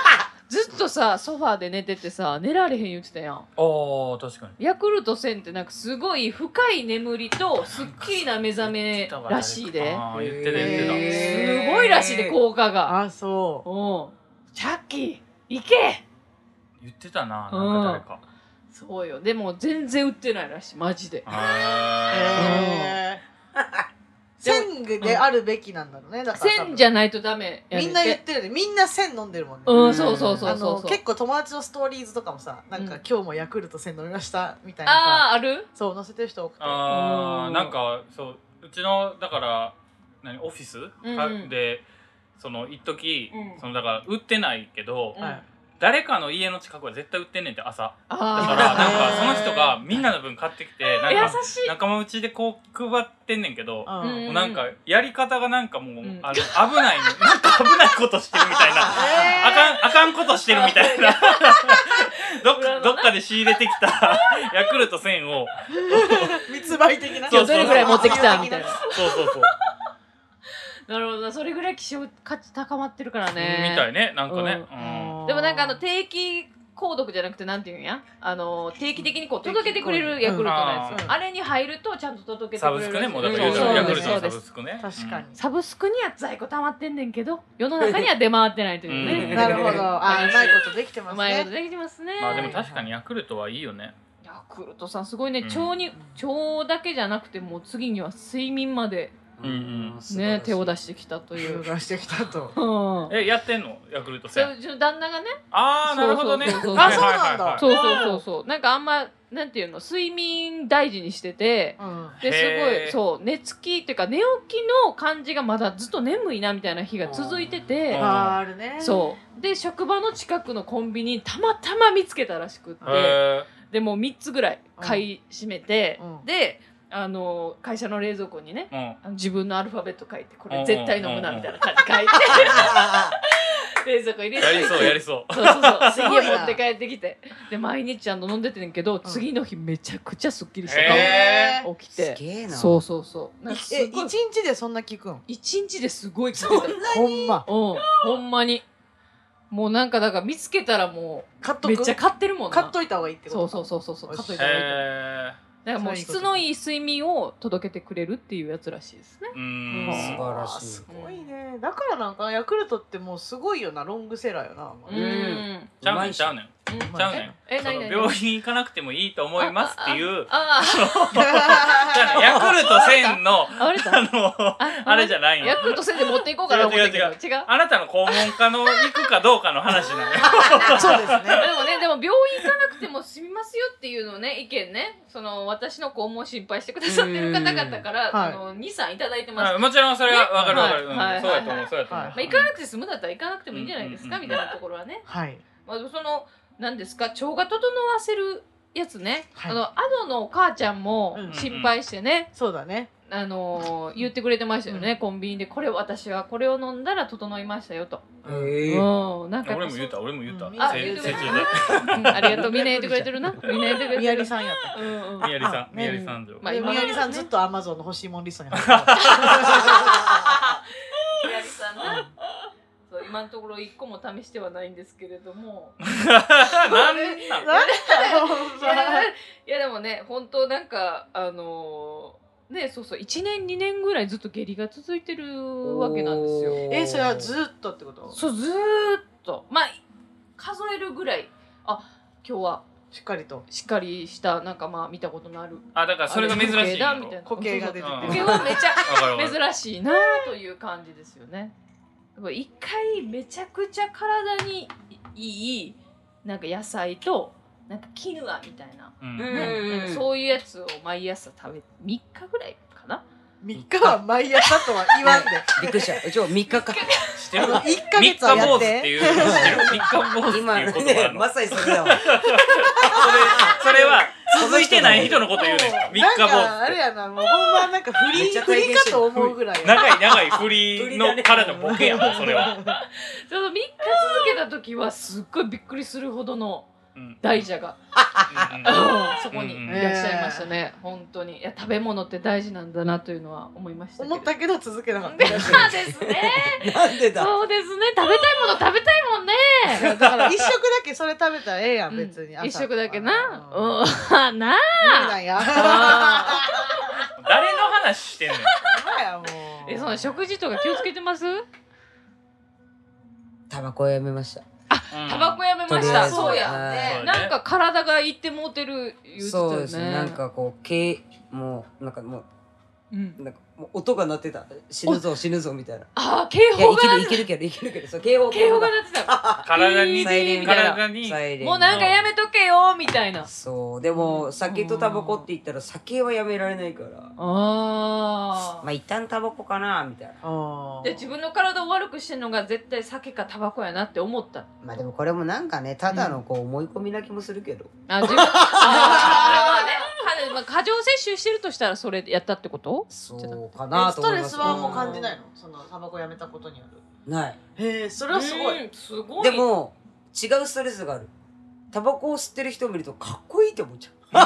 S3: ずっとさソファーで寝ててさ寝られへん言ってたやん
S2: ああ確かに
S3: ヤクルト1000ってなんかすごい深い眠りとすっきりな目覚めらしいで
S2: あー言ってた言ってた、
S1: へー
S3: すごいらしいで効果が
S1: あそう
S3: うんチャッキー行け
S2: 言ってたななんか誰か、
S3: そうよでも全然売ってないらしいマジで
S2: あ
S1: へー線であるべきなんだろうね。だから多分
S3: 1000じゃないとダメやね
S1: みん
S3: んて
S1: な言ってるね。みんな線飲んでるもんね。
S3: うんそうそうそ
S1: あ
S3: うそう
S1: の
S3: そう
S1: 結構友達のストーリーズとかもさ、なんか
S3: うん
S1: 今日もヤクルト線飲みましたみたいなさ、
S3: ああある
S1: そう載せてる人多く
S2: ー
S1: て。
S2: あ
S3: う
S2: ー
S3: ん
S2: なんかそううちのだから何オフィス、
S3: うん
S2: かでその一時、
S3: うん
S2: そのだから売ってないけど、
S3: うん
S1: はい
S2: 誰かの家の近くは絶対売ってんねんって朝だか
S1: あ
S2: ら
S1: ー
S2: なん
S3: あ
S2: かその人がみんなの分買ってきて
S3: あ
S2: な
S3: 優
S2: んか
S3: しい
S2: 仲間内でこう配ってんねんけど、
S1: うん
S3: うん
S2: もうなんかやり方がなんかもう、
S3: ん
S2: あの危ないの なんか危ないことしてるみたいな あかんあかんことしてるみたいな どっかどっかで仕入れてきた ヤクルト1000を
S1: 密売的な。
S2: そうそう今日どれぐらい持ってき
S3: たみたいな
S2: そうそうそう、
S3: なるほどなそれぐらい希少価値高まってるからね
S2: みたいねなんかね、
S1: うん
S3: でもなんかあの定期購読じゃなくてなんていうんやあの定期的にこう届けてくれるヤクルトのやつ、
S1: うん
S3: あれに入るとちゃんと届けて
S2: サ
S3: く
S2: ブ
S3: れ
S2: ス
S3: る
S2: ク
S3: ら
S2: ね
S3: しい
S2: もうだから
S1: 言う
S2: 言
S1: たら
S2: うたら
S1: ヤ
S2: ヤ
S1: ク
S2: ク
S1: ルト
S2: ルト
S1: の
S2: の
S3: サ
S2: サ
S3: ブ
S2: ブスクね
S1: 確かに、
S3: サブスクには在庫溜まってんねんけど世の中には出回ってないという
S2: う
S3: ね、
S2: ん
S1: なるほどあーうまいことできてま
S3: う
S1: す
S3: まいこと
S1: ね
S3: できてますね、
S2: まあでも確かにヤクルトはいいよね
S3: ヤクルトさんすごいね
S2: うん
S3: 腸に腸だけじゃなくてもう次には睡眠まで
S2: うんうん
S3: ね手を出
S4: し
S3: してきたとい
S1: 優
S3: う。
S1: 雅してきたと
S3: うん
S2: えやってんのヤクルト
S3: そ
S2: 戦
S3: ううちの旦那がね
S2: ああなるほどね
S3: そうそうそうそう
S2: はいはいはいはい
S1: あ
S3: そうそうそうそうなんかあんまなんていうの睡眠大事にしてて
S1: うん
S3: です
S2: へ
S3: ごい
S2: ー
S3: そう寝つきっていうか寝起きの感じがまだずっと眠いなみたいな日が続いてて
S1: あー
S2: あ
S1: あるね
S3: そうで職場の近くのコンビニにたまたま見つけたらしくって
S2: へ
S3: でもう3つぐらい買い占めて
S1: うん
S3: であの会社の冷蔵庫にね
S2: えうん
S3: あの自分のアルファベット書いてこ
S2: う
S3: れ
S2: ん
S3: 絶対飲むなみたいな感じ書いて 冷蔵庫入れて
S2: やりそうやりそう
S3: そうそうそう。
S1: す
S3: す
S1: ごいな
S3: 持って帰ってきて。で、毎日あの飲んでてんけど、次の日めちゃくちゃすっきりした
S2: へ
S3: 顔
S1: え
S3: 起き
S4: すげ
S3: て。
S4: えな
S3: そうそうそう。なんかす
S1: え
S3: ごい
S1: 一日でそんな聞くん
S3: 一日ですごい効いた。うん、
S1: ほんま
S3: ほんまに。もうなんかだから見つけたらも
S1: 買っと
S3: う
S1: く
S3: めっちゃ買ってるもんな。
S1: 買っといた方がいいってこと
S3: そう
S1: か
S3: そうそうそうそう。買っといた方がいいと思う
S2: へえ
S3: だからもう質のいい睡眠を届けてくれるっていうやつらしいですね。
S2: うー
S1: うん
S2: ん
S4: 素晴らしい
S1: すごいねだからなんかヤクルトってもうすごいよなロングセラーよな、
S4: ん
S2: ちゃうねんちゃうねんちゃう ねん
S3: え、
S2: そ
S3: な
S2: の
S3: になに
S2: 病院行かなくてもいいと思いますっていう
S3: あ
S2: じゃあねヤクルト1000の
S3: あ、あれ
S2: あ
S3: だ。
S2: の あれじゃないよ
S3: ヤクルト戦で持っていこうかな思ったけど
S2: 違う違
S3: 違う
S2: あなたの肛門科の行くかどうかの話なのよ
S1: そうですね
S3: でもね、でも病院行かなくても済みますよっていうのね、意見ね、その私の肛門を心配してくださってる方々から、
S1: うんはい
S3: あの二三いただいてます。
S2: はいもちろんそれはわかるわかる、
S3: ね
S2: うん
S3: はい
S2: そうやと思
S3: は
S2: うそうやと思う、
S1: はい
S3: まあ、行かなくて済むんだったら行かなくてもいいんじゃないですか、
S2: うん
S3: みたいなところはね。
S1: はい
S3: まあ、その、なんですか、腸が整わせるやつね。
S1: はい
S3: あの、アドのお母ちゃんも
S1: うん
S3: 心配してね、
S1: そうだね
S3: あのー言ってくれてましたよね、
S1: うん
S3: コンビニで、これ私はこれを飲んだら整いましたよと。
S4: ええ
S3: うん、なんかやっ
S2: 俺
S3: ぱ
S2: も言うた俺も言うた、
S1: うん
S2: せ
S3: あ
S2: 成
S3: 言う
S2: 長
S3: て
S2: で
S3: くれたうんありがとう、みんな言ってくれてるな。みんな言ってくれてる。
S1: 宮里さんやった
S3: うんうん
S2: 宮城さ
S1: あ
S2: ん
S1: あ
S2: 宮城さんで
S3: まあ
S1: で
S3: 今
S1: み
S3: の
S1: や
S3: ところね
S1: りさんずっとアマゾンの欲しいもんリストに入ってた
S3: やりさんな。そう今のところ一個も試してはないんですけれど も。
S2: なんなん
S1: なんだよ
S3: いやいやでもね本当なんかあのーねそうそう1年2年ぐらいずっと下痢が続いてるわけなんですよ。
S1: えそれはずっとってこと
S3: そうずーっとまあ数えるぐらいあ今日は
S1: しっかりと
S3: しっかりしたなんかまあ見たことのある
S2: あだからそれが珍しいん
S3: あ
S2: や
S3: 時計だみた
S1: 固形が出て
S2: ろ
S3: いな
S2: うん
S3: 時
S1: て
S3: 計
S1: る
S3: はめちゃ
S2: わかるわかる
S3: 珍しいなという感じですよね。やっぱ一回めちゃくちゃ体にいいなんか野菜となんかキヌアみたいな,、
S2: うん
S4: うん
S3: ねなんかそういうやつを毎朝食べ3日ぐらいかな
S1: 3日は毎朝とは言わんで
S4: びっくりしたうちも三日か
S2: 知ってる
S1: あの一ヶ月は
S2: 三日
S1: や
S2: 坊主
S1: っ
S2: ってていう知ってる三日坊主って
S4: 今
S2: いう 言葉あ
S4: ね
S2: るの
S4: まさにそれだわ
S2: それそれは続いてない人のこと言うねん三
S1: なん
S2: 日坊
S1: かあ
S2: 主っ
S1: れ
S2: て
S1: やなもうほんまなんか振
S4: めっ
S1: り
S4: ちゃ
S1: 振
S4: 体
S1: り
S4: 験して
S1: か
S4: る
S1: と思うぐらいや
S2: 長い長い振りのからのボケやもんそれは、
S3: その3日続けた時はすっごいびっくりするほどの
S2: うん
S3: 大蛇が、
S2: うんうん
S3: そこに
S2: うん
S3: いらっしゃいましたね、本当にいや食べ物って大事なんだなというのは思いましたけれど
S1: 思ったけど続けなかった
S3: そう ですね
S4: なんでだ
S3: そうですね食べたいもの食べたいもんね
S1: だから 一食だけそれ食べたらええやん
S3: うん
S1: 別に朝
S3: 一食だけな
S1: うん無
S3: うんな
S1: 理なんや
S3: あ
S2: 誰の話してんの
S1: ほんまやもう
S3: えその食事とか気をつけてます
S4: タバコをやめました
S3: タバコやめま
S4: と
S3: し
S4: りあえ
S3: た
S4: ず
S3: そうや
S2: はい
S3: なんか体がいってもうてる言うてたよ
S4: そう
S3: ね
S4: ですねなんかこうけもうなんかも
S3: うん
S4: うなんかもう音が鳴ってた死ぬぞ死ぬぞみたいな
S3: あー警
S4: いや
S3: 報
S4: いけ
S3: が
S4: るいけるけどいけるけどそう警報
S3: 警報が鳴ってた
S2: 体に
S4: サイレン
S3: みたいな
S2: 体に
S4: サイレン
S3: もうなんかやめとけよみたいな
S4: そうでも酒とタバコって言ったら酒はやめられないから
S3: あ
S4: ま
S3: ー
S4: あ一旦タバコかなみたいな
S1: あー
S3: で自分の体を悪くしてるのが絶対酒かタバコやなって思った
S4: まあでもこれもなんかねただのこう思い込みな気もするけど、
S3: あ自分あ ーまあねかまあ過剰摂取してるとしたらそれやったってこと
S4: そうか
S1: え
S4: な
S1: ス
S4: と
S1: ト
S4: 思い
S1: レ
S4: ます
S1: スはもう感じないのそのタバコやめたことによる
S4: ない
S1: へえそれはすごい
S3: うんすごい
S4: でも違うストレスがあるタバコを吸ってる人を見るとかっこいいって思っ ちゃう新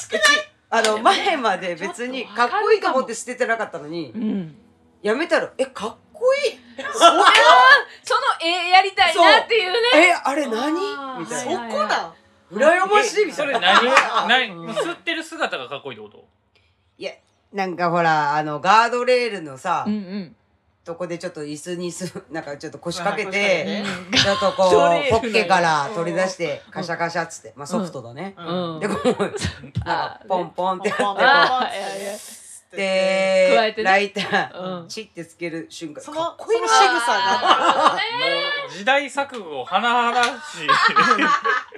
S4: しくないあの前まで別にかっこいいと思って捨ててなかったのに
S3: うん
S4: やめたらえかっこいい
S3: その絵やりたいなっていうね
S4: えあれ何
S3: あー
S4: み
S1: そ
S4: たい
S1: こ
S4: な
S3: はい
S1: だ
S4: 羨ましいみた
S2: そ
S4: い
S2: れ
S4: な
S2: 何を何もう吸ってる姿がかっこいいってこと
S4: なんかほらあのガードレールのさ、
S3: うんうん
S4: とこでちょっと椅子にす なんかちょっと腰
S1: あ
S4: 掛
S1: 腰掛け
S4: けて
S1: てえ
S4: ちょっとこう
S3: ガードレール
S4: ポ
S3: の
S4: ッケから取り出してカシャカシャっつってまあソフトだね、
S3: うん
S4: でこうなんかポンポンってやってこ
S1: ポンポンポ
S4: う
S1: ン
S3: あ
S1: ポ
S3: ー
S1: ン
S3: いやいや
S4: で
S3: 加えてね
S4: ライター、
S3: うん
S4: チってつける瞬間
S1: そ
S4: か
S1: の
S4: っ
S1: そ
S4: こいい
S1: の
S4: な
S1: 仕草が
S3: あー
S2: もう時代錯誤甚だ し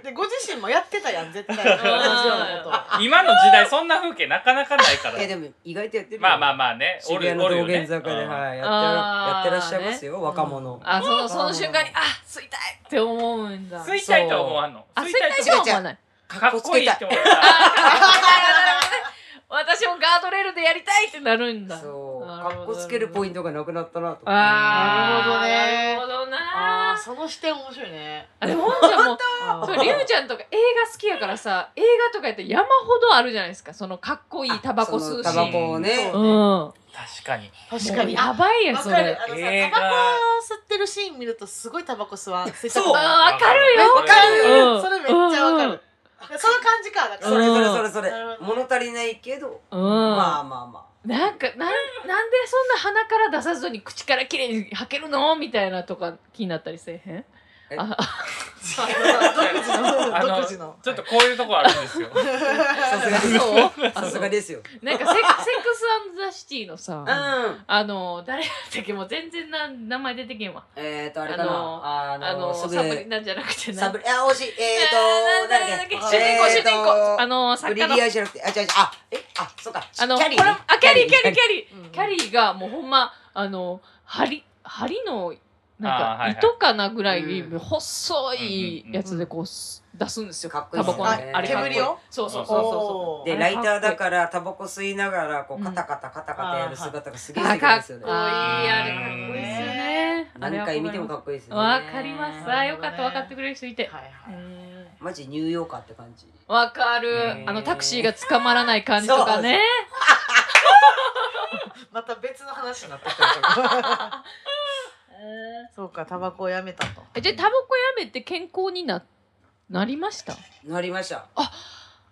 S1: でご自身もやってたやん絶対同じ
S3: ん
S1: ようなことを
S2: い今の時代そんな風景なかなかないか
S4: いやで
S2: ら
S4: も意外とやってるよ
S2: まあまあまあね
S4: 渋谷の道玄坂で、
S2: おるよねうん
S4: はい、やって
S3: あー
S4: らやってらっしゃいますよ、若者
S3: あそのその瞬間にあ吸いたいって思うんだ
S2: 吸いたいとは思わんの
S3: あ吸いたい
S2: と
S3: とは
S2: は
S3: 思わない
S2: かっこいいって思った
S3: あーなるほどなるほどね私もガードレールでやりたいってなるんだ
S4: そう
S3: なる
S4: かっ
S3: ほど
S4: こつけるポイントがなくなったなと思って
S3: あー
S1: なる
S3: なるほど
S1: あ
S3: な
S1: あその視点面白いね
S3: あでもほんちゃんも
S1: あー
S3: そうリュウちゃんとか映画好きやからさ映画とかやったら山ほどあるじゃないですかそのかっこいいタバコ
S4: そ
S3: 吸
S4: の
S3: う
S4: タ
S3: シ
S4: バ
S3: ーン
S4: コをね
S1: そ
S3: うん
S2: 確かに
S1: 確かに
S3: やばいや
S1: わ
S3: そ
S1: か
S3: れ
S1: るあのさ
S2: 映画
S1: タバコ吸ってるシーン見るとすごいタバコ吸わん吸いたく
S4: そう
S1: なる
S3: あーわかるよ
S2: わかる
S3: うん
S1: それめっちゃわかる、
S3: うんうん
S1: その感じかだか
S4: そ
S1: ら、
S4: れ
S3: うん
S4: それそれそれ
S1: なるほど
S4: 物足りないけど、
S3: うん、
S4: まあまあまあ
S3: なんかなんなんでそんな鼻から出さずに口からきれいに吐けるのみたいなとか気になったりせえへん
S4: え
S3: あ
S1: そう独自
S2: あ
S1: の
S2: の
S1: 独自の
S2: ちょっとこういうとこあるんですよ
S4: さすがです
S3: そうあ
S4: さすがですよ
S3: なんか セセックスザシティのさ
S4: うん、
S3: あの誰だったっけもう全然な名前出てけんわ
S4: えっ、ー、とあれかなあの
S3: あの
S4: す
S3: サ
S4: ぐ
S3: ブリなんじゃなくてな
S4: サブリあ惜しいえっ、ー、と
S3: なんだ
S4: 誰だ
S3: っ
S4: っ
S3: け
S4: け
S3: 主人公主
S4: えーと
S3: 人公あの
S4: ブ
S3: 作
S4: リ
S3: 家の
S4: リアじゃなくてあ違う違うあえあそうか
S3: あの
S4: キ
S3: こ
S4: ャ
S3: れ
S4: リ
S3: も
S4: ー
S3: あキャリーキャリーキャリー
S1: うん
S3: キャリーがもうほんまあの針針のな
S2: あー
S3: ん
S2: はい
S3: か
S2: はい
S3: 糸かなぐらい
S4: うん
S3: 細いやつでこうす出すんですよ。
S4: かっこいい
S3: タ
S4: です
S3: バ
S4: ね
S3: コのあれかっこいい
S1: 煙を
S3: そうそうそうそ
S1: おー
S4: で
S3: あ
S4: ラ
S3: れ
S4: イ
S3: かっこいい
S4: ターだからタバコ吸いながらこ
S3: うん
S4: うカタカタカタカタやる姿がす
S3: う。
S4: げえ素
S3: あ
S4: 敵
S3: か
S4: で
S3: っ
S4: す
S3: こい
S4: よ
S3: い
S4: ね。
S3: あれかっこいいですよね。あれ
S4: 何回見ても
S3: わ
S4: かっこいいですよね。
S3: かります。あーよか
S1: な
S3: った
S1: るほどね
S3: 分かってくれる人いて。
S1: はいは
S3: う
S1: い
S3: ん
S4: マジニューヨーカーって感じ。
S3: わか
S4: う
S3: る。
S4: ん
S3: あのタクシーが捕まらない感じとかね。
S1: また別の話になってき たそうかタバコをやめたと
S3: えじゃあタバコやめて健康にななりました。
S4: なりました。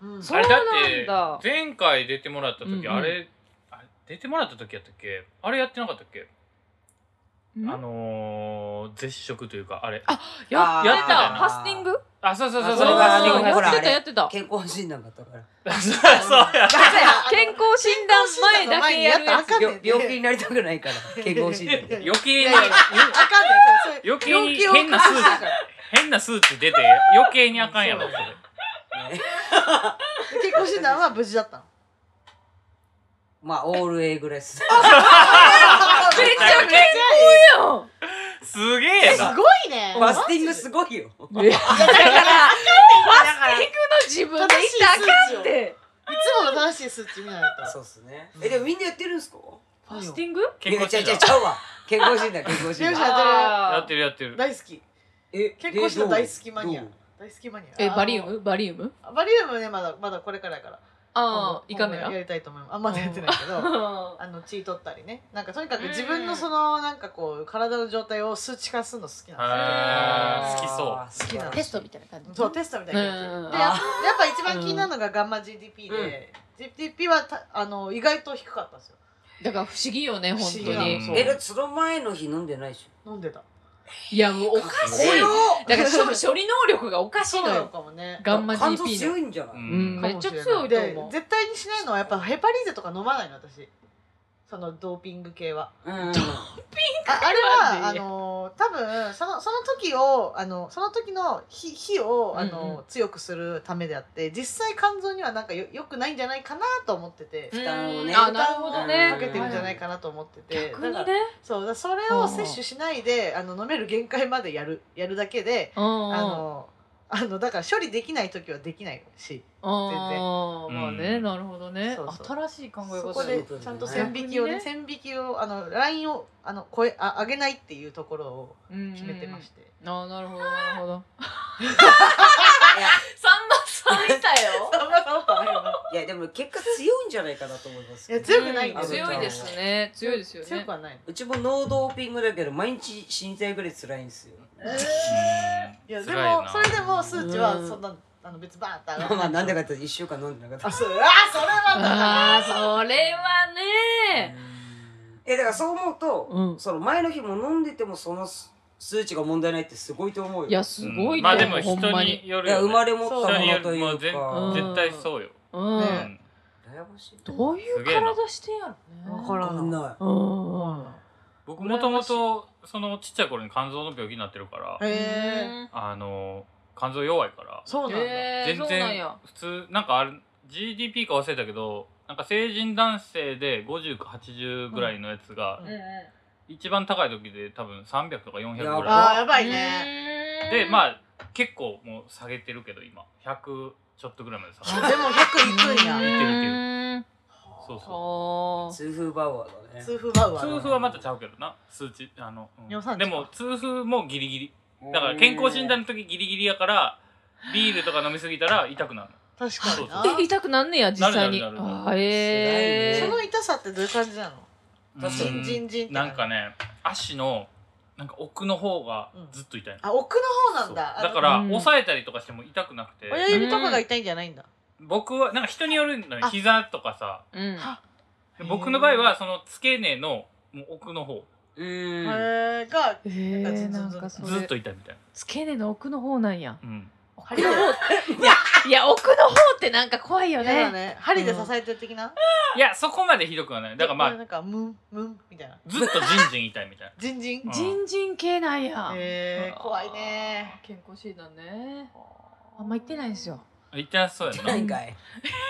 S1: うん
S3: そ
S2: あれ
S3: そうなんだ
S2: だって前回出てもらった
S3: うんうん
S2: 時あれあれ出てもらった時やったっけあれやってなかったっけ
S3: ん
S2: あのー絶食というかあれ
S3: やって
S2: やってたよ
S3: た
S2: な
S3: ファスティング？
S2: あそうそうそ
S4: あ
S2: う
S4: そ
S2: そう
S4: れ
S2: フ
S4: は
S2: ァ
S4: あ
S2: スティング
S3: うんやって
S4: れほらあ
S3: た
S4: れ
S3: やってた。
S4: 健康診断だったから。
S2: そうそうや
S3: 健康診断前だけやるや
S1: あかんねん
S4: 病病気になりたくな いから健康診断で。
S2: 余計に
S1: いやいやあかんねんそれ
S2: 余計に
S1: 病気を
S2: 変な数値
S1: 隠してるから
S2: 変な数値出て余計にあかんやろ
S1: うん
S2: そ
S1: そう
S2: れ
S4: ね
S1: 結婚診断は無事だったの
S4: まあオール A ぐら いです。
S3: めっちゃ健康
S2: すげえ
S1: す
S2: な
S1: ごいね
S4: ファスティングすごいよ。
S3: やん。いやだから
S1: だからい
S3: 自分で行ったらあかんって。
S1: つもの正しい数値見ない
S4: そうですね。えでもみんなやってるんですか？
S3: フ
S1: と
S3: ァスティング？
S4: いや
S2: 健康
S4: ちゃ
S2: 診
S4: うち
S2: 断
S4: ゃうちゃうわ。健康診断健康診
S1: 健康診
S4: 断
S1: 断。
S2: や
S3: あ
S2: って
S3: ー
S2: るやってる
S1: 大好き
S4: え
S1: 健康診断大好きマニア
S4: どう
S1: 大好きマニア
S3: え
S1: あの
S3: バリウム？バリウム？
S1: バリウムねまだまだこれからやから
S3: ああ胃カメ
S1: 今
S3: ラ
S1: 後。やりたいと思いますあまだやってないけど
S3: あ
S1: あの血取ったりねなんかとにか
S3: う
S1: く
S3: ん
S1: 自分のそのなんかこう体の状態を数値化するの好きなんで
S2: あー好きそう
S4: あー
S1: 好きな
S3: ー
S1: の
S3: テストみたいな感じ。
S1: すそうテストみたいなやつ
S3: うん
S1: でややっぱ一番気になるのがガンマ GDP で GDP はたあの意外と低かったんですよ
S3: だから不思議よね本
S1: 不
S3: 当
S1: 思議
S3: に
S1: な。
S2: そう
S4: えだってその前の日飲んでないでし
S1: 飲んでた
S3: いやもうおか
S4: ょ。
S3: しい。だから処理能力がおかしい
S1: そう
S3: の
S1: なの
S3: よ。
S1: かもね
S3: ガンマ
S4: 肝臓
S3: GP の
S4: 強。いんじゃない？
S2: うん
S3: うんめっちゃ強いと
S1: で
S3: 思う。
S1: 絶対にしないのはやっぱヘパリーゼとか飲まないの私そのドーピング系は
S4: うん
S1: ああれは
S3: な
S1: あ
S3: んで
S1: の多分そのその時をあのその時の火火をあの、
S3: うんう
S1: 強くするためであって実際肝臓にはなんかよよくないんじゃないかなと思ってて
S3: う。ん
S4: 担をね
S3: あなるほどね。
S1: かけてるんじゃない
S3: か。
S1: かなと思ってて、
S3: 逆に
S1: だ
S3: ね
S1: から。そうだからそれを摂取しないであの飲める限界までやるやるだけで、
S3: うんうん
S1: あのあのだから処理できない時はできないし
S3: ああ
S2: 全然
S3: まあね、
S2: うん
S3: なるほどね
S1: そうそう
S3: 新しい考え
S1: そ
S3: 方
S1: こ
S3: だよ
S1: でちゃんと線引きをね
S3: ね
S1: 線引きをあのラインをあの声あ上げないっていうところを
S3: うんうんうん
S1: 決めてまして、
S3: ああなるほどなるほど
S4: いや
S3: さんまさんいたよ
S1: あんまそうだね
S4: いいやでも結果強いんじゃないかなと思います
S1: いや強くないん
S3: う
S1: だ
S3: ん
S1: よ
S3: 強いですね強いですよ
S1: 強
S3: ね
S1: くはない。
S4: うちもノードーピングだけど毎日死にたいぐらい辛いんですよ
S1: いやで
S2: 辛い
S1: も
S2: な
S1: それでも数値は
S4: うん
S1: そんなあの別にバーンって上がらない
S4: まあなんでかって1週間飲んでなかった
S1: あそうあそれはだから
S3: ああそれはね
S4: えだからそう思うと、
S3: うん
S4: その前の日も飲んでてもその数数値が問題ないってすごいと思うよ
S3: いやすごい
S2: まあ
S3: ね
S2: でも
S3: ほ
S2: 人
S3: んまに
S2: によ
S4: い
S2: る
S4: や
S2: よ、ね、
S4: 生まれ持った
S2: 人
S4: も
S2: によ
S4: の
S2: る
S4: という
S3: う
S2: も
S3: ん
S2: う
S4: か
S2: 絶絶対そうよ、
S3: うん
S2: う
S1: ね
S2: ん、
S4: 羨ましい
S3: どういう体してんやろ
S1: わ
S3: ね
S1: から
S4: わか
S1: ん
S4: ん
S1: ない。
S4: な
S3: うん
S2: 僕もともとそのちっちゃい頃に肝臓の病気になってるから、
S1: へえ
S3: へ
S2: あの肝臓弱いから
S1: そうなんだ。
S3: え
S2: 全
S3: そうなん
S2: 然
S3: や
S2: 普通なんかあれ GDP か忘れたけどなんか成人男性で50か80ぐらいのやつが、
S1: うん
S2: 一番高い時で多分300とか400ぐ
S4: や
S2: ら
S1: あ
S4: ば
S1: ーやばいね。
S2: いでま
S3: あ
S2: あ結構もう下げてるけど今100ちょっとぐらいまで
S1: で
S2: 下
S1: も
S2: が って
S1: 100
S2: る
S1: いくんや。
S2: ってるいってる
S3: る
S2: そうそう
S4: い
S3: そう
S4: 痛風バウアーだね
S1: 痛風バウアーだな。
S2: 痛風はまたちゃうけどな数値あの、うん
S1: 尿酸値
S2: でも痛風もギリギリだから健康診断の時ギリギリやからビールとか飲みすぎたら痛くなる
S1: 確かにな
S2: そ。
S3: え痛くなんねや実際に
S2: なるなるなる
S3: あーへ
S1: そ
S3: え
S1: の痛さってどういう感じなの？
S2: の
S4: 確
S1: ジ
S4: か
S1: ン
S4: に
S1: ジンジンって
S2: なんか。ね足のなんか奥の方がずっと痛いの、
S1: あ奥の方なんだ。あ
S2: そう
S1: の
S2: だから、
S3: うん
S2: 押さえたりとかしても痛くなくて
S1: 親指とかが痛いんじゃないんだ。
S2: 僕はなんか人によるのよ
S1: あ
S2: 膝とかさ
S3: うん
S1: へー
S2: 僕の場合はその付け根のもう奥の方
S4: う
S1: へ
S4: ん
S1: えが
S3: へえ
S1: な
S3: なん
S1: か
S3: んかそ
S2: ずっ
S3: れ
S2: と痛いみたい
S3: 付け根の奥の方なんや
S2: な、うん、
S3: 奥の方いやいや奥の方ってなんか怖いよ
S1: やだ
S3: ね
S1: ね針で支えてる的な。
S2: いやそこまでひどくはないだからま
S1: な
S2: あ
S1: んかムンムンみたいな。
S2: ずっとじんじん痛いみたいな
S1: ジンジン。
S2: うん
S3: 人参系なんや
S1: えー、怖いね
S3: 健康診断ねあんま行ってないんですよ
S2: あ痛そうやんな
S4: 何回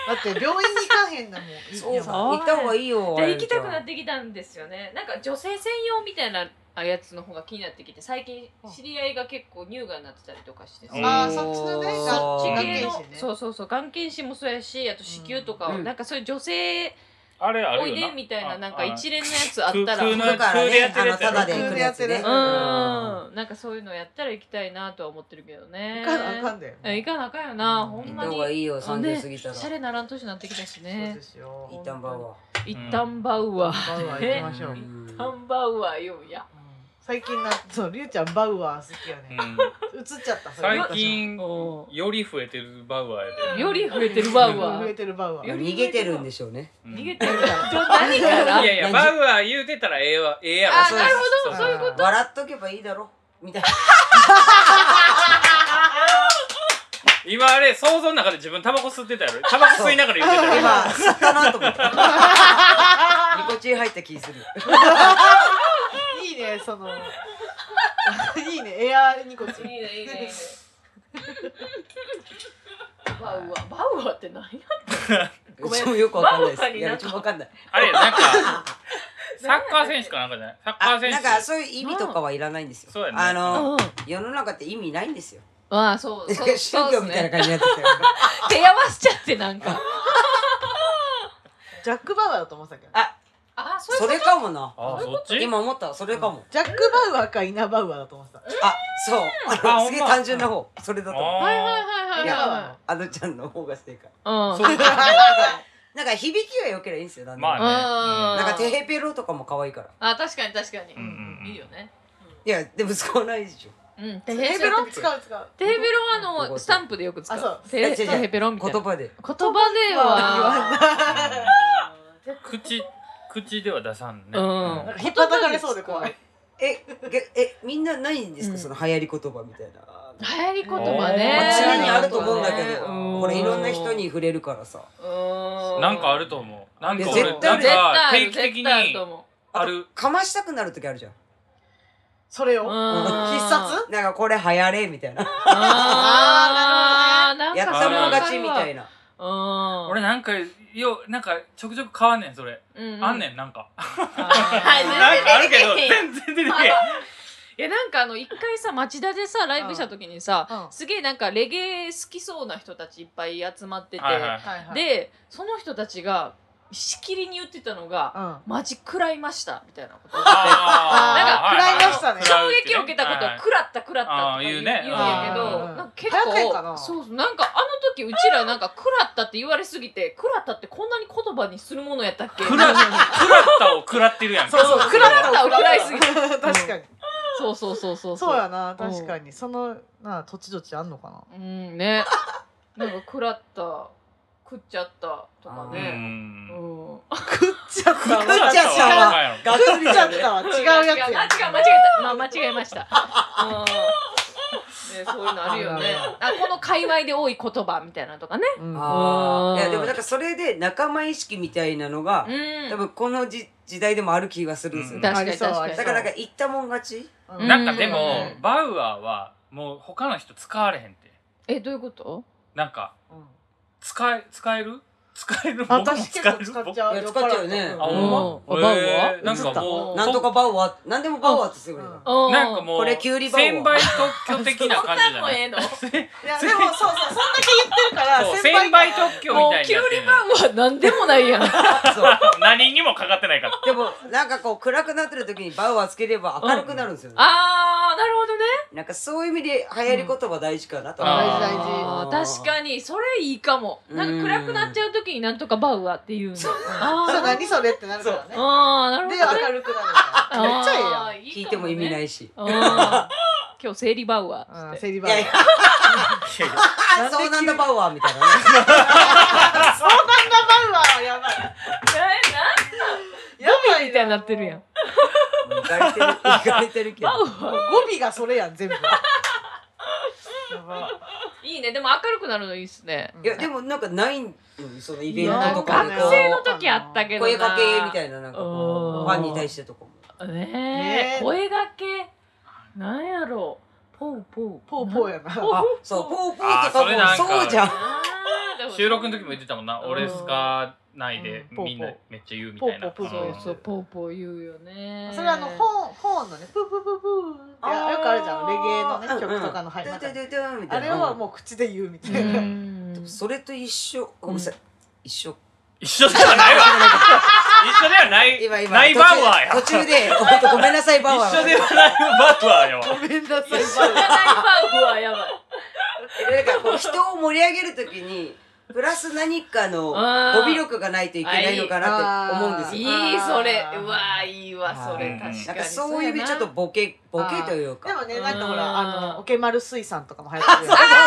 S1: だって病院に行かへんだもん
S4: そう
S1: か
S4: か
S3: そう
S4: 行った方がいいよ
S3: で行きたくなっててきたんですよねなんか女性専用みたいなあやつの方が気になってきて最近知り合いが結構乳がんになってたりとかしてさ
S2: うん
S1: あーそっちのね
S4: おー
S1: そっち
S4: 眼
S1: が
S4: 系
S3: 系
S1: ね
S3: のそうそうそう眼検診もそうやしあと子宮とか、
S4: うん
S3: なんかそういう女性
S2: あれあ
S3: お
S2: るよ
S3: い
S2: な
S3: でみたいな
S2: あ
S3: なんか
S2: あ
S3: 一連のやつあったら
S2: 空空
S3: うん
S2: の
S4: だから
S2: 空でや
S4: ね
S2: ってる
S4: あの
S2: やつや
S4: た
S2: ろ
S4: だで行くやつね
S1: うん
S3: なんかそういうのやったら行きたいなとは思ってるけどね
S1: 行かなあかんだよ
S3: え行かなあかんよな、
S1: うん
S3: ほ
S4: 行
S3: ん
S4: っ
S3: ま
S4: た方が
S3: に
S4: いいよ30過ぎた
S3: シャ
S4: ら
S3: レならん年になってきたし
S1: そう
S3: ね
S1: ですよ
S4: 一旦バウア
S3: 一旦バウアー
S1: バウアー行きましょう、
S4: ー
S1: うん
S3: 一旦バウアーよいや
S1: 最近なそうりゅうちゃんバウアー好きよね
S2: うん
S1: 映っちゃったそれ
S2: 最近
S3: お
S2: より増えてるバウアーやで、
S3: より増えてるバウア
S1: 増え
S3: ー
S1: てるバウア
S4: うん
S1: ー
S4: 逃げてるんでしょうね
S2: うん
S3: 逃げてるからちょ何から
S2: いやいや
S4: 何
S2: バウアー言うてたらええわええやろ
S3: あ
S4: そうです
S3: なるほどそういうこと
S1: と
S4: 笑っとけばいいだろみたいな
S2: 今あれ想像の中で自分タバコ吸ってたやろタバコ吸いながら言ってたやろ
S4: 今吸ったなと 思ってニコチン入った気する
S1: いいねそのいいねエアーニコチ
S3: いい
S1: ン
S3: ねいいねいいねバウアーバウアーって何や
S4: う
S3: ごめん
S4: ちもよくわかんないで
S3: バウアー
S4: す
S3: に
S4: い
S3: な
S4: や
S3: ん
S4: う
S3: か
S4: ちもわかんない
S2: あれ なんかサッカー選手かなんかじゃないサッカ
S4: あ
S2: ー選
S4: なんか
S2: 手
S4: そういう意味とかはいらないんですよ
S2: そうやね
S4: あの
S3: うん
S4: 世の中って意味ないんですよ
S3: ああそうそう
S4: 宗教みたいな感じになってきたよ
S3: 手合わせちゃってなんか
S1: ジャック・バウアーだと思ってたけど
S4: あ
S3: ああそ
S4: それかもな
S2: あそっち
S4: 今思ったそれかも
S1: ジャック・バウアーかイナ・バウアーだと思ってた
S4: あそうあ
S2: あ
S4: のすげえ
S2: ほんま
S4: 単純な方それだと思う
S2: あー
S3: はいはいはいはい
S1: イナ・バウアー
S3: は
S1: の
S3: い
S4: あのちゃんの方が正解
S3: うん
S2: そうか
S4: なんか響きが良ければいいんですよなんでも
S2: まあね
S4: なんかテヘペロとかも可愛いから
S3: あ確かに確かに、
S2: うんうんうん
S3: いいよね
S4: いやでも使わないでしょ
S3: うん
S1: テ
S3: テヘペロン
S1: 使う使う
S3: テヘペロンはあ
S4: こ
S3: の
S4: こ
S3: スタンプでよく使
S1: あそうう
S3: テヘ
S4: いや違う違
S3: テ
S4: う
S3: ヘペロンみたいな
S4: 言葉で
S3: 言葉では
S2: うん口口では出さんね、
S3: うん
S1: なんか引っ叩かれそうで怖い
S4: えげえみんなないんですか、
S3: うん
S4: その流行り言葉みたいな
S3: 流行り言葉ね
S4: まあ
S2: 街
S4: ちにあると思うんだけど、
S3: うん
S4: これいろんな人に触れるからさ
S3: うん
S2: なんかあると思うなんか
S4: い
S2: 俺
S4: や
S2: なん
S4: 絶対ある
S2: か定期的
S3: 絶対ある
S2: に
S3: と思
S2: ある
S4: かましたくなる時あるじゃん
S1: それを
S3: うう
S1: 必
S3: ん
S1: 殺
S4: なんかこれ流行れみたいな
S3: あーなるほどね
S4: やったもん勝ちみたいな
S3: うん
S2: 俺なんかよなんかちょくちょく買わんねんそれ、
S3: うんうん
S2: あんねんなんか
S3: はい全
S2: なんかあるけど
S3: 然
S2: 全然出てけえ
S3: いやなんかあの一回さ町田でさライブした時にさ
S1: うん
S3: すげえなんかレゲエ好きそうな人たちいっぱい集まってて
S2: はいはい
S1: はいはい
S3: でその人たちがしきりに言ってたのが
S1: うん
S3: 「マジ食らいました」みたいなこと
S2: あー
S1: なんか食らいましたね
S3: 衝撃を受けたこと
S2: は
S3: は「
S2: い
S3: 食らった食らった」と
S2: あ
S3: か
S2: ー言
S3: 言う
S2: う
S3: 言うん
S2: ね
S3: やけど
S1: うん
S3: なんか結
S1: 早かいかな
S3: 構そうそうなんかあ時うちらなんか「くらった」って言われすぎて「くらった」ってこんなに言葉にするものやったっけ
S2: くらくらったを食らってるやん
S1: そうそう、
S3: 食
S1: く
S3: ら
S1: ら
S3: っ
S1: った
S3: たを
S1: を
S3: 食
S1: 食
S3: ら
S1: ら
S3: い
S1: い
S3: す
S1: す
S3: ぎ
S1: ぎ
S3: て
S1: 確かに。
S3: そうそうそうそう
S1: そうやな、
S3: うん
S1: 確かに。その、なあ、土地土地あんのかな。
S3: うんね なんか「くらった」「食っちゃった」とか
S2: う
S3: ね
S2: ん
S3: うん
S1: 食っちゃ ったわ。
S4: 食っちゃったわ
S2: わ
S4: がっ
S1: 食
S4: つ
S1: っ
S4: り
S1: ちゃ
S4: だ
S1: っ
S4: ね
S1: たわ。違うやつ
S3: 違う間
S1: や。
S3: 違えた、まあ、間違えましたうんねそういうのあるよねあこの界隈で多い言葉みたいなのとかね
S1: うん
S3: う
S4: あ
S3: ん
S4: ーいやでもなんかそれで仲間意識みたいなのが、
S3: うん
S4: 多分このじ時代でもある気がするんですよ、
S2: うん
S4: だ
S3: 確かに
S1: ありそう
S3: 確か
S1: あ
S3: に
S1: りそ
S4: か
S1: う
S4: らなんか行ったもん勝ち
S1: う
S3: うん
S2: なんかでも
S3: う
S2: バウアーはもう他の人使われへんって
S3: えどういうこと
S2: なんか
S1: うん
S2: 使え使える使える僕も
S1: 私結
S2: 使え
S1: 構
S2: る
S1: 使っ
S2: 僕
S1: ちゃう。
S4: いや使っちゃうよね
S1: 酔っ払った
S2: あ
S1: うん
S2: ほんま
S3: うんあバウアー
S2: えーなん
S4: 映っ
S2: か
S4: た
S2: もう
S4: なんとかバウアーなんでもバウアーってすごい
S1: うん
S3: う
S2: なんかもう
S4: これキュウリバウアー
S2: 先輩特許的な感じじゃない
S3: そ
S1: いやでもそうそうそんだけ言ってるから
S2: そう先輩特許み
S3: も
S2: た
S3: う
S2: いに
S3: キュ
S2: なっ
S3: ウ
S2: て
S3: リ
S2: る
S3: パンは何でもない やん
S4: そう
S2: 何にもかかってない から
S4: でもなんかこう暗くなってる時にバウアーつければ明るくなるんですよ、ね
S3: あーなるほどね
S4: なんかそういう意味で流行り言葉大事かなと
S2: うん
S4: 思う、
S1: 大事
S3: あー確かにそれいいかもなんか暗くなっちゃう時になんとかバウアーっていうのあ
S1: そう
S3: ー
S1: 何それってなるからね
S3: あーなるほ
S1: で
S3: どね
S1: 明るくなるからめっちゃええやん
S3: あー
S4: 聞いても意味ないいし
S3: かもねあー 今日生理バウアー
S1: うん
S3: っつって
S1: セリバ
S4: いやいやあそうなんだバウアーみたいなね
S1: そうなんだバウアーはやばいやばい
S3: みたいになってるやん
S4: 意外てる意外てるけど
S3: バウアー
S1: 語尾がそれやん全部やば
S3: いいねでも明るくなるのいいっすね
S4: いやでもなんかないんそのイベン
S1: な
S4: ト
S1: ん
S4: と
S1: か
S3: 学
S4: かで
S1: ね
S4: こ
S3: 生の時あったけ
S4: う
S3: どな
S4: 声かけみたいななんかこ
S3: うん
S4: うファンに対してとかも
S3: ね
S1: ね
S3: え
S1: え
S3: 声がけなんやろうポウポウ
S1: ポーポー
S3: や
S1: やな
S3: あ
S4: あそうポーポー
S2: あ
S4: と
S2: それなん
S4: か
S2: か
S4: もそうじゃん
S2: 収録の時も言ってたもんな
S3: うん
S2: 俺使わないで
S1: うん
S2: みんなめっちゃ言うみたいな
S1: ポーポー
S3: そうそう
S2: うん
S3: ポウポウ言うよね
S1: それはあの本本のねプープープープーってよくあるじゃんレゲエのね曲とかの入り
S4: ドゥドゥドゥみた
S1: あ
S4: い
S1: れ
S4: な
S1: はもう口で言うみた
S3: う
S1: い な、
S3: ん
S4: うんそれと一緒ごめんなさい一緒
S2: 一緒ではないわ一緒ではない
S4: 今今
S2: ないバウアーや
S4: 途中途中でほんとごめんなさいバウアー
S2: 一緒ではないバウアーやわ
S1: ごめんなさい
S3: 知らないパウはやばい
S4: なんかこう人を盛り上げるときにプラス何かの
S3: あー
S4: 語尾力がないといけないのかなって思うんですよ
S1: あ
S3: いいそれ
S1: あー
S3: うわいいわそれ
S2: うん
S3: 確かに
S4: なんかそういう意味ちょっとボケボケというか
S1: でもねなんかほら
S3: うん
S1: あのオケマル水産とかも流行ってるよ
S4: あそうそう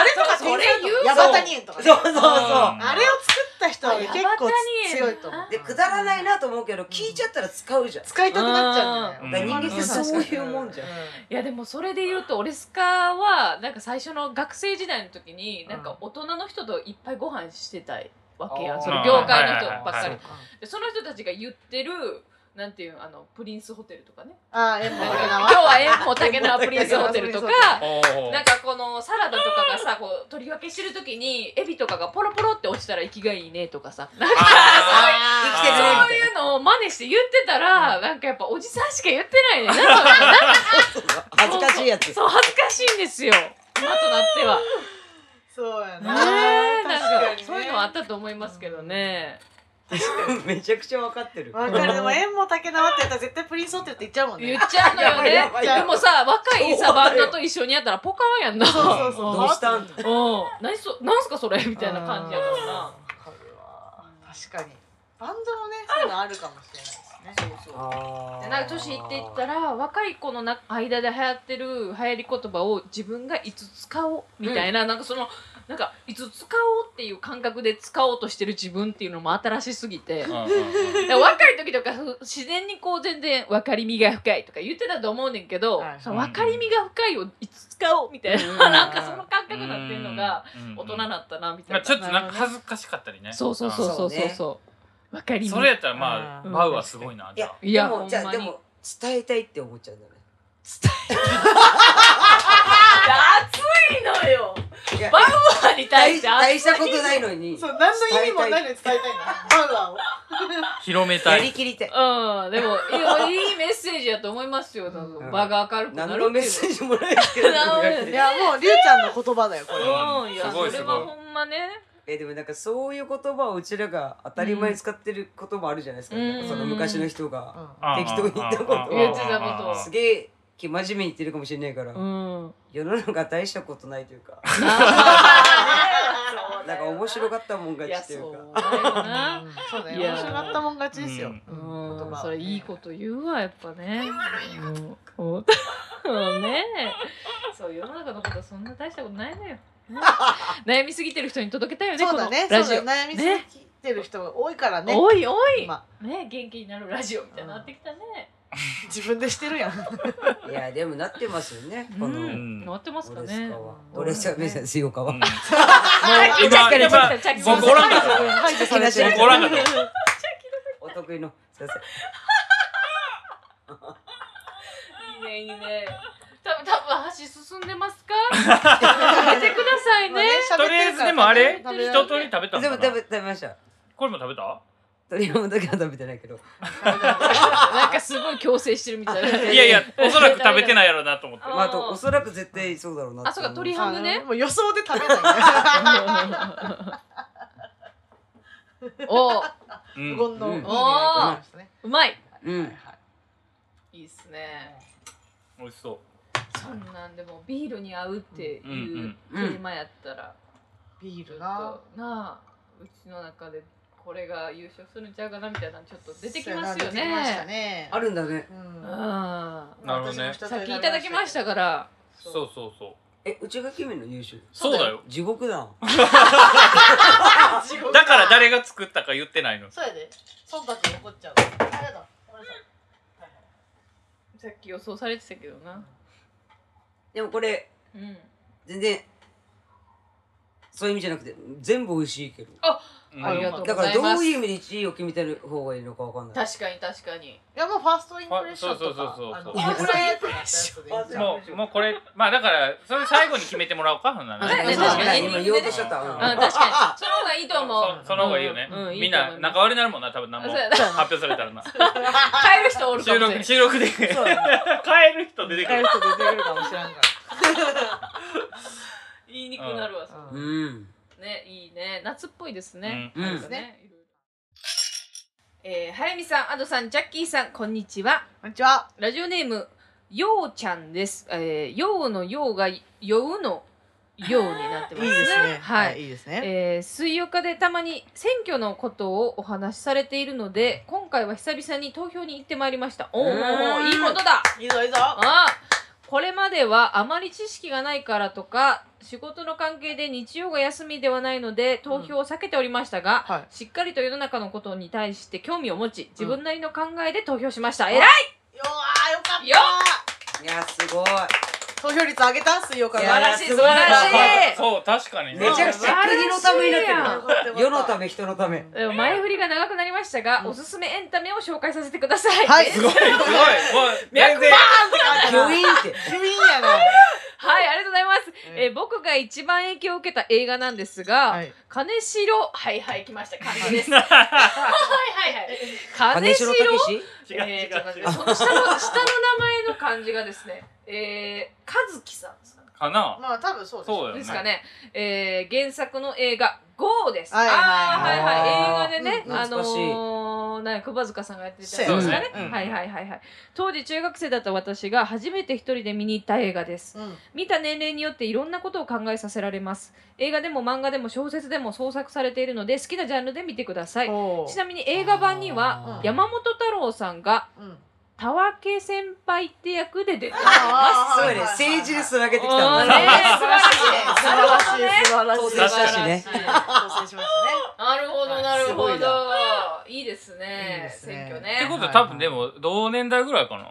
S1: あれとか
S3: そうそれ言う
S1: ヤバタニエンとかね
S4: そうそうそう
S2: あー
S1: あれを作った人は結構強いと思
S3: あ
S1: う
S4: でくだらないなと思うけど聞いちゃったら使うじゃん
S1: 使いたくなっちゃうんだよね
S2: うんだから人間って
S4: そういうもんじゃん
S3: いやでもそれで言うと俺スカはなんか最初の学生時代の時になんか大人の人といっぱいご飯してたいわけやんその業界の人ばっか
S2: はいはい
S3: り
S2: は
S3: でその人たちが言ってるなんていうのあのプリンスホテルとかね
S1: ああ、えんも
S3: なんか
S1: 竹縄
S3: 今日は縁も竹縄プリンスホテ ルとか
S2: おー
S3: なんかこのサラダとかがさこう取り分けしてる時にエビとかがポロポロって落ちたら生きがいいねとかさなんか
S4: 生
S2: あ
S4: きてるね
S3: そう
S4: みたい
S3: いうのを真似して言ってたら、なんかやっぱおじさんしか言ってないねなんか
S4: な恥ずかしいやつ
S3: そう恥ずかしいんですよ今となっては。
S1: そうや
S3: ね
S1: な。
S3: え
S1: 確
S3: な
S1: かにね。
S3: んかそういうのはあったと思いますけどね。
S4: めちゃくちゃわかってる
S1: わかる。でも、縁も竹縄ってやったら絶対プリンスホテルって言っちゃうもん
S3: 言
S1: ね
S3: っ。ちゃうのよ
S4: や
S3: ね。
S4: ば
S1: いやばい
S3: でもさ若いさ
S4: そうだ
S3: バン
S4: よ
S3: ドと一緒にやったらポカーンやんな。
S1: そうそうそう。
S4: どうしたん
S1: み
S3: うん。何そ何すかそれみたいな感じやからな。
S1: 確かに。バンドもね、そういうのあるかもしれないですね。
S3: そうそう。
S4: あ
S3: で
S4: ー
S3: なんか年いっていったら若い子のな間で流行ってる流行り言葉を自分がいつ使おうみたいな、なんかそのなんかいつ使おうっていう感覚で使おうとしてる自分っていうのも新しすぎて。
S2: うんうんうん
S3: だから若い時とかふ自然にこう全然分かりみが深いとか言ってたと思うねんけど、
S1: はい
S3: その分かりみが深いをいつ使おうみたいな、
S4: うん
S3: なんかその感覚になってるのが
S2: うん
S3: 大人になったなみた
S2: ま
S3: いな、
S2: あちょっとなんか恥ずかしかったりね
S3: そうそうそうそうそうそう分かり
S2: ん
S3: み
S2: それやったらまあ
S1: うん
S2: バウアーすごいなじゃあ
S3: い
S4: で
S3: や
S4: もじゃ
S3: ほ
S4: あ
S3: んま
S4: で
S3: に
S4: も伝えたいって思っちゃうんだね
S3: 熱いのよ
S4: いや
S3: バウアーに対
S4: 大
S3: して熱い
S4: 大したことないのに
S1: そう、何の意味もないのに伝えたいな。バウアーを。
S2: 広めた
S4: や
S2: い
S4: りきりたい
S3: うんでもいいいいメッセージやと思いますよ、
S4: ん
S3: 場が明るくなるっていう
S4: 何のメッセージもないけど
S3: なん
S1: いや、もう、りゅうちゃんの言葉だよ、これは。
S3: うんいや
S2: すごい
S3: それ
S2: すごい
S3: はほんまね
S4: えでもなんかそういう言葉をうちらが当たり前に使ってることもあるじゃないですか,、
S3: うん
S4: なんかその昔の人が、
S1: うん
S2: あー
S4: 適当に言ったこと
S2: あー
S3: 言ってたこと
S2: あーあーあー
S4: すげえ生真面目に言ってるかもしれないから、
S3: うん
S4: 世の中大したことないというか
S3: あーね
S4: なんか面白かったもん勝
S3: い
S4: ち
S3: や
S4: っていう
S3: そう
S4: か
S3: だよな
S1: うんそうだね
S3: いや
S1: 面白かったもん勝ちですよ、
S3: う
S1: うん言
S3: ん
S1: 葉
S3: それいいこと言うわやっぱねうんうんそうねそう世の中のことはそんな大したことないのよ悩みすぎてる人に届けたいよね
S1: そうだね
S3: このラ
S1: そ
S3: ジ
S1: う
S3: オ、
S1: だね悩みすぎてる人が多いからね
S3: おいおい、
S1: 今
S3: ね元気になるラジオみたいになってきたね、
S1: 自分でしてるやん
S4: いやでもなってますよね
S3: う
S4: この
S3: ん、
S4: オ
S3: なってますか
S4: レス
S3: ね
S4: カはオレスカ目指すよか
S2: う
S4: は
S2: ん
S3: あ
S2: 今
S3: 着
S2: 今
S3: 着着
S2: 僕おらんかった
S1: 排除されてる
S2: 僕おらんかった
S4: お得意の先生
S3: いいねいいね多分多分箸進んでます かやめてください
S1: 今
S3: ね
S1: ね
S2: とりあえずでもあれ一
S1: 喋
S2: 通
S1: ってるから
S2: り食べたん
S3: 人
S2: だ
S4: でも
S2: な
S4: 食べ食べました
S2: これも食べた
S4: 鳥もだけは食べてないけど
S3: なんかすごい強制してるみたいない
S2: やいやおそらく食べてないやろうなと思って
S3: あー
S4: まああとおそらく絶対そうだろうなって
S3: あそうか鳥
S1: あ
S3: ハムね
S1: もう予想で食べないね
S3: お
S2: うん
S1: 無言の
S4: うん
S1: いいねが出てきましたね
S3: うまい
S4: うん
S1: はいはい
S3: いいっすね
S2: 美味しそ
S3: そんなんでもビールに合うって
S2: ううんう
S3: いうんテーマやったら
S1: ビ
S3: ち
S1: ー
S3: ょっ
S1: ル
S3: と
S1: な
S3: なあうちの中でこれが優勝するんちゃうかなみたいなのちょっと出てきますよ
S1: 出てきました
S3: ね
S1: ね
S4: あるんだね
S1: うん
S3: あ
S2: なるほどね
S3: あさっきいただきましたから
S2: そうそうそう
S4: えうちが君の優勝
S2: そうだよ
S4: 地獄だ
S2: だから誰が作ったか言ってないの
S1: そうやで忖度に怒っちゃうありがとうごめんなさい
S3: さっき予想されてたけどな
S4: でもこれ
S3: うん
S4: 全然そういう意味じゃなくて全部美味しいけど
S2: うん
S3: ありがとう
S4: だからどういう意味で1位を決めてる方がいいのかわかんない
S3: 確かに確かに
S1: いやもうファーストインプレッションとか
S2: あそうそうそ
S1: あ
S2: うそう
S1: のこれってなったやつでいいんじゃん
S2: もうもうこれまあだからそれ最後に決めてもらおうかほんなら
S4: あ
S2: ね
S3: ね
S4: そう
S3: 確かに
S4: だ今言おうとしちゃった、
S1: うん
S3: あ確 かにその方がいいと思う
S2: そその方がいいよね、
S3: うんうんいい
S2: みん
S3: と思い
S2: な
S3: ます
S2: 仲悪いなるもんな多分何も
S3: そうや
S2: 発
S3: な
S2: 表されたらな
S3: 帰る人おるか
S2: 収
S3: もしれな
S2: 録
S3: い
S2: 収録で帰
S1: そうだね
S2: る人出てく
S1: 帰
S2: る
S1: る人出てくるかもしれんか
S3: 言いにくくなるわ
S1: ら
S4: う
S1: うん
S4: ん
S3: ねいいね夏っぽいですね、
S2: うん
S4: うん
S3: なんかねいろいろえー、はやみさん、アドさん、ジャッキーさん、こんにちは。
S1: こんにちは
S3: ラジオネーム、ようちゃんです。えー、ようのようが、酔うのようになって
S1: いい
S3: ますね。
S1: ですね
S3: はい。
S1: いいですね
S3: えー水曜日でたまに選挙のことをお話しされているので今回は久々に投票に行ってまいりましたお
S4: う
S3: ー
S4: ー
S3: お
S4: ん
S3: いいことだ
S1: いいぞいいぞ
S3: あーこれまではあまり知識がないからとか仕事の関係で日曜が休みではないので投票を避けておりましたが、
S1: はい
S3: しっかりと世の中のことに対して興味を持ち自分なりの考えで投票しました、えらい
S1: よーよかった
S3: よ
S4: いやすごい
S1: 投票率上げた水曜か
S4: い
S3: 素
S4: や
S1: ら
S3: 晴らしい
S4: す
S3: 素
S4: ごい
S3: 晴らしい
S2: そう確かにね
S4: めちゃくちゃ国のためになってる
S3: や
S4: な
S1: よかったよかった
S4: 世のため人のため
S3: でも前振りが長くなりましたが、
S1: うん
S3: おすすめエンタメを紹介させてください、
S1: はい
S3: え
S2: すごいすごいもう全然
S4: キュイーンって
S1: 急にやな
S3: はい、ありがとうございます。えー僕が一番影響を受けた映画なんですが、
S1: はい
S3: 金城はいはい来ました。金城です。はいはいはい。
S4: 金
S3: 金
S4: 城
S3: 城
S4: 武史
S2: 違う
S3: えーちょっと待
S2: 違
S3: っ
S2: う違
S3: て
S2: う
S3: その下の下の名前の漢字がですね、えー、和樹さんですかね
S2: かな
S1: まあ多分そうです
S2: そうよ
S3: ですかね。えー、原作の映画 GO です。
S1: はいはい
S3: あーはいはい
S4: あー
S3: 映画でね、
S1: うん
S3: あの
S4: 懐かしい
S3: ー、なんか、ば塚さんがやってたやつ
S1: そう
S3: で
S2: ですす
S3: か
S2: ね
S3: ね。
S2: うん
S3: はいはいはいはい。当時中学生だった私が初めて一人で見に行った映画です。
S1: うん
S3: 見た年齢によっていろんなことを考えさせられます映画でも漫画でも小説でも創作されているので好きなジャンルで見てください
S1: お
S3: ち
S1: ー
S3: なみに映画版には
S1: あー
S3: 山本太郎さんが
S1: うん
S3: たわけ先輩って役で出て います
S1: あ
S4: す
S1: ー
S4: ごいね政治でつなげてきた
S3: あ
S4: ん
S3: ー
S4: だ
S3: ね
S4: ね
S3: 素晴らしいね
S1: 素晴らしいね素晴らしい
S4: 当選したしね
S1: 素晴らしい当選しまし
S3: なるほどなるほ
S4: すごい
S3: どいいですね
S1: いいですね
S3: 選挙
S2: って
S3: ね
S2: ことは多分でも同年代ぐらいかな、
S3: うん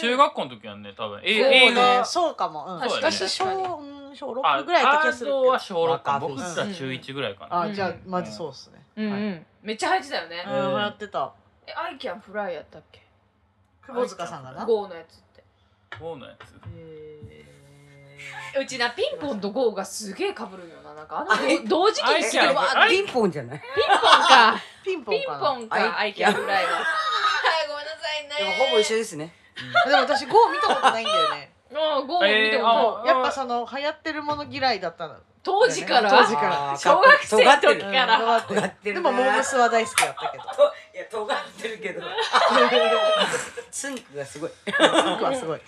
S2: 中学校の時はね多分え
S1: たね
S2: 映
S1: そうね
S2: 画
S1: そうかもうん
S2: そうだね
S1: 私小うん小
S2: あ
S1: 6ぐらいだった気がするけ
S2: ー
S1: ど
S2: ドは小六か僕
S1: 若
S2: ら中一ぐらいかな
S1: あじゃあ
S3: うん
S1: マジそうっすね
S3: うんう
S1: はい
S3: んめっちゃ入ってたよね
S1: うん
S2: うん
S1: 笑ってた
S3: えアイキャンフライやったっけ
S1: 窪塚さんがな
S3: GO のやつって
S2: そうのやつ
S3: うちなピンポンと GO がすげえ被るんよななんかあの同時期にし
S2: アイキ
S3: て
S2: ャ
S3: る
S2: ン
S3: わ
S2: あ
S4: ピンポンじゃない
S3: ピンポンか
S1: ピンポ
S3: ピ
S1: ン
S3: ン
S1: か
S3: ポ
S1: な
S3: ン
S4: はい
S3: かアイキャンフライは。はい、ごめんなさいね。
S4: でもほぼ一緒ですね
S1: でも私 GO 見たことないんだよ ね
S3: ああ、ゴー見て
S2: え
S3: も
S2: ー
S3: ら
S2: あ
S3: う。
S1: やっぱその流行ってるもの嫌いだったの
S3: 当時から。
S1: 当時から
S4: あー
S3: 小学生
S4: 尖
S3: の
S4: って
S3: 時
S4: る
S1: うん
S3: から。
S1: 尖ってる
S4: 尖って
S1: で
S4: るね
S1: もモームスは大好きだった けど
S4: いや尖ってるけ どツンクがすごい
S1: 僕はすごい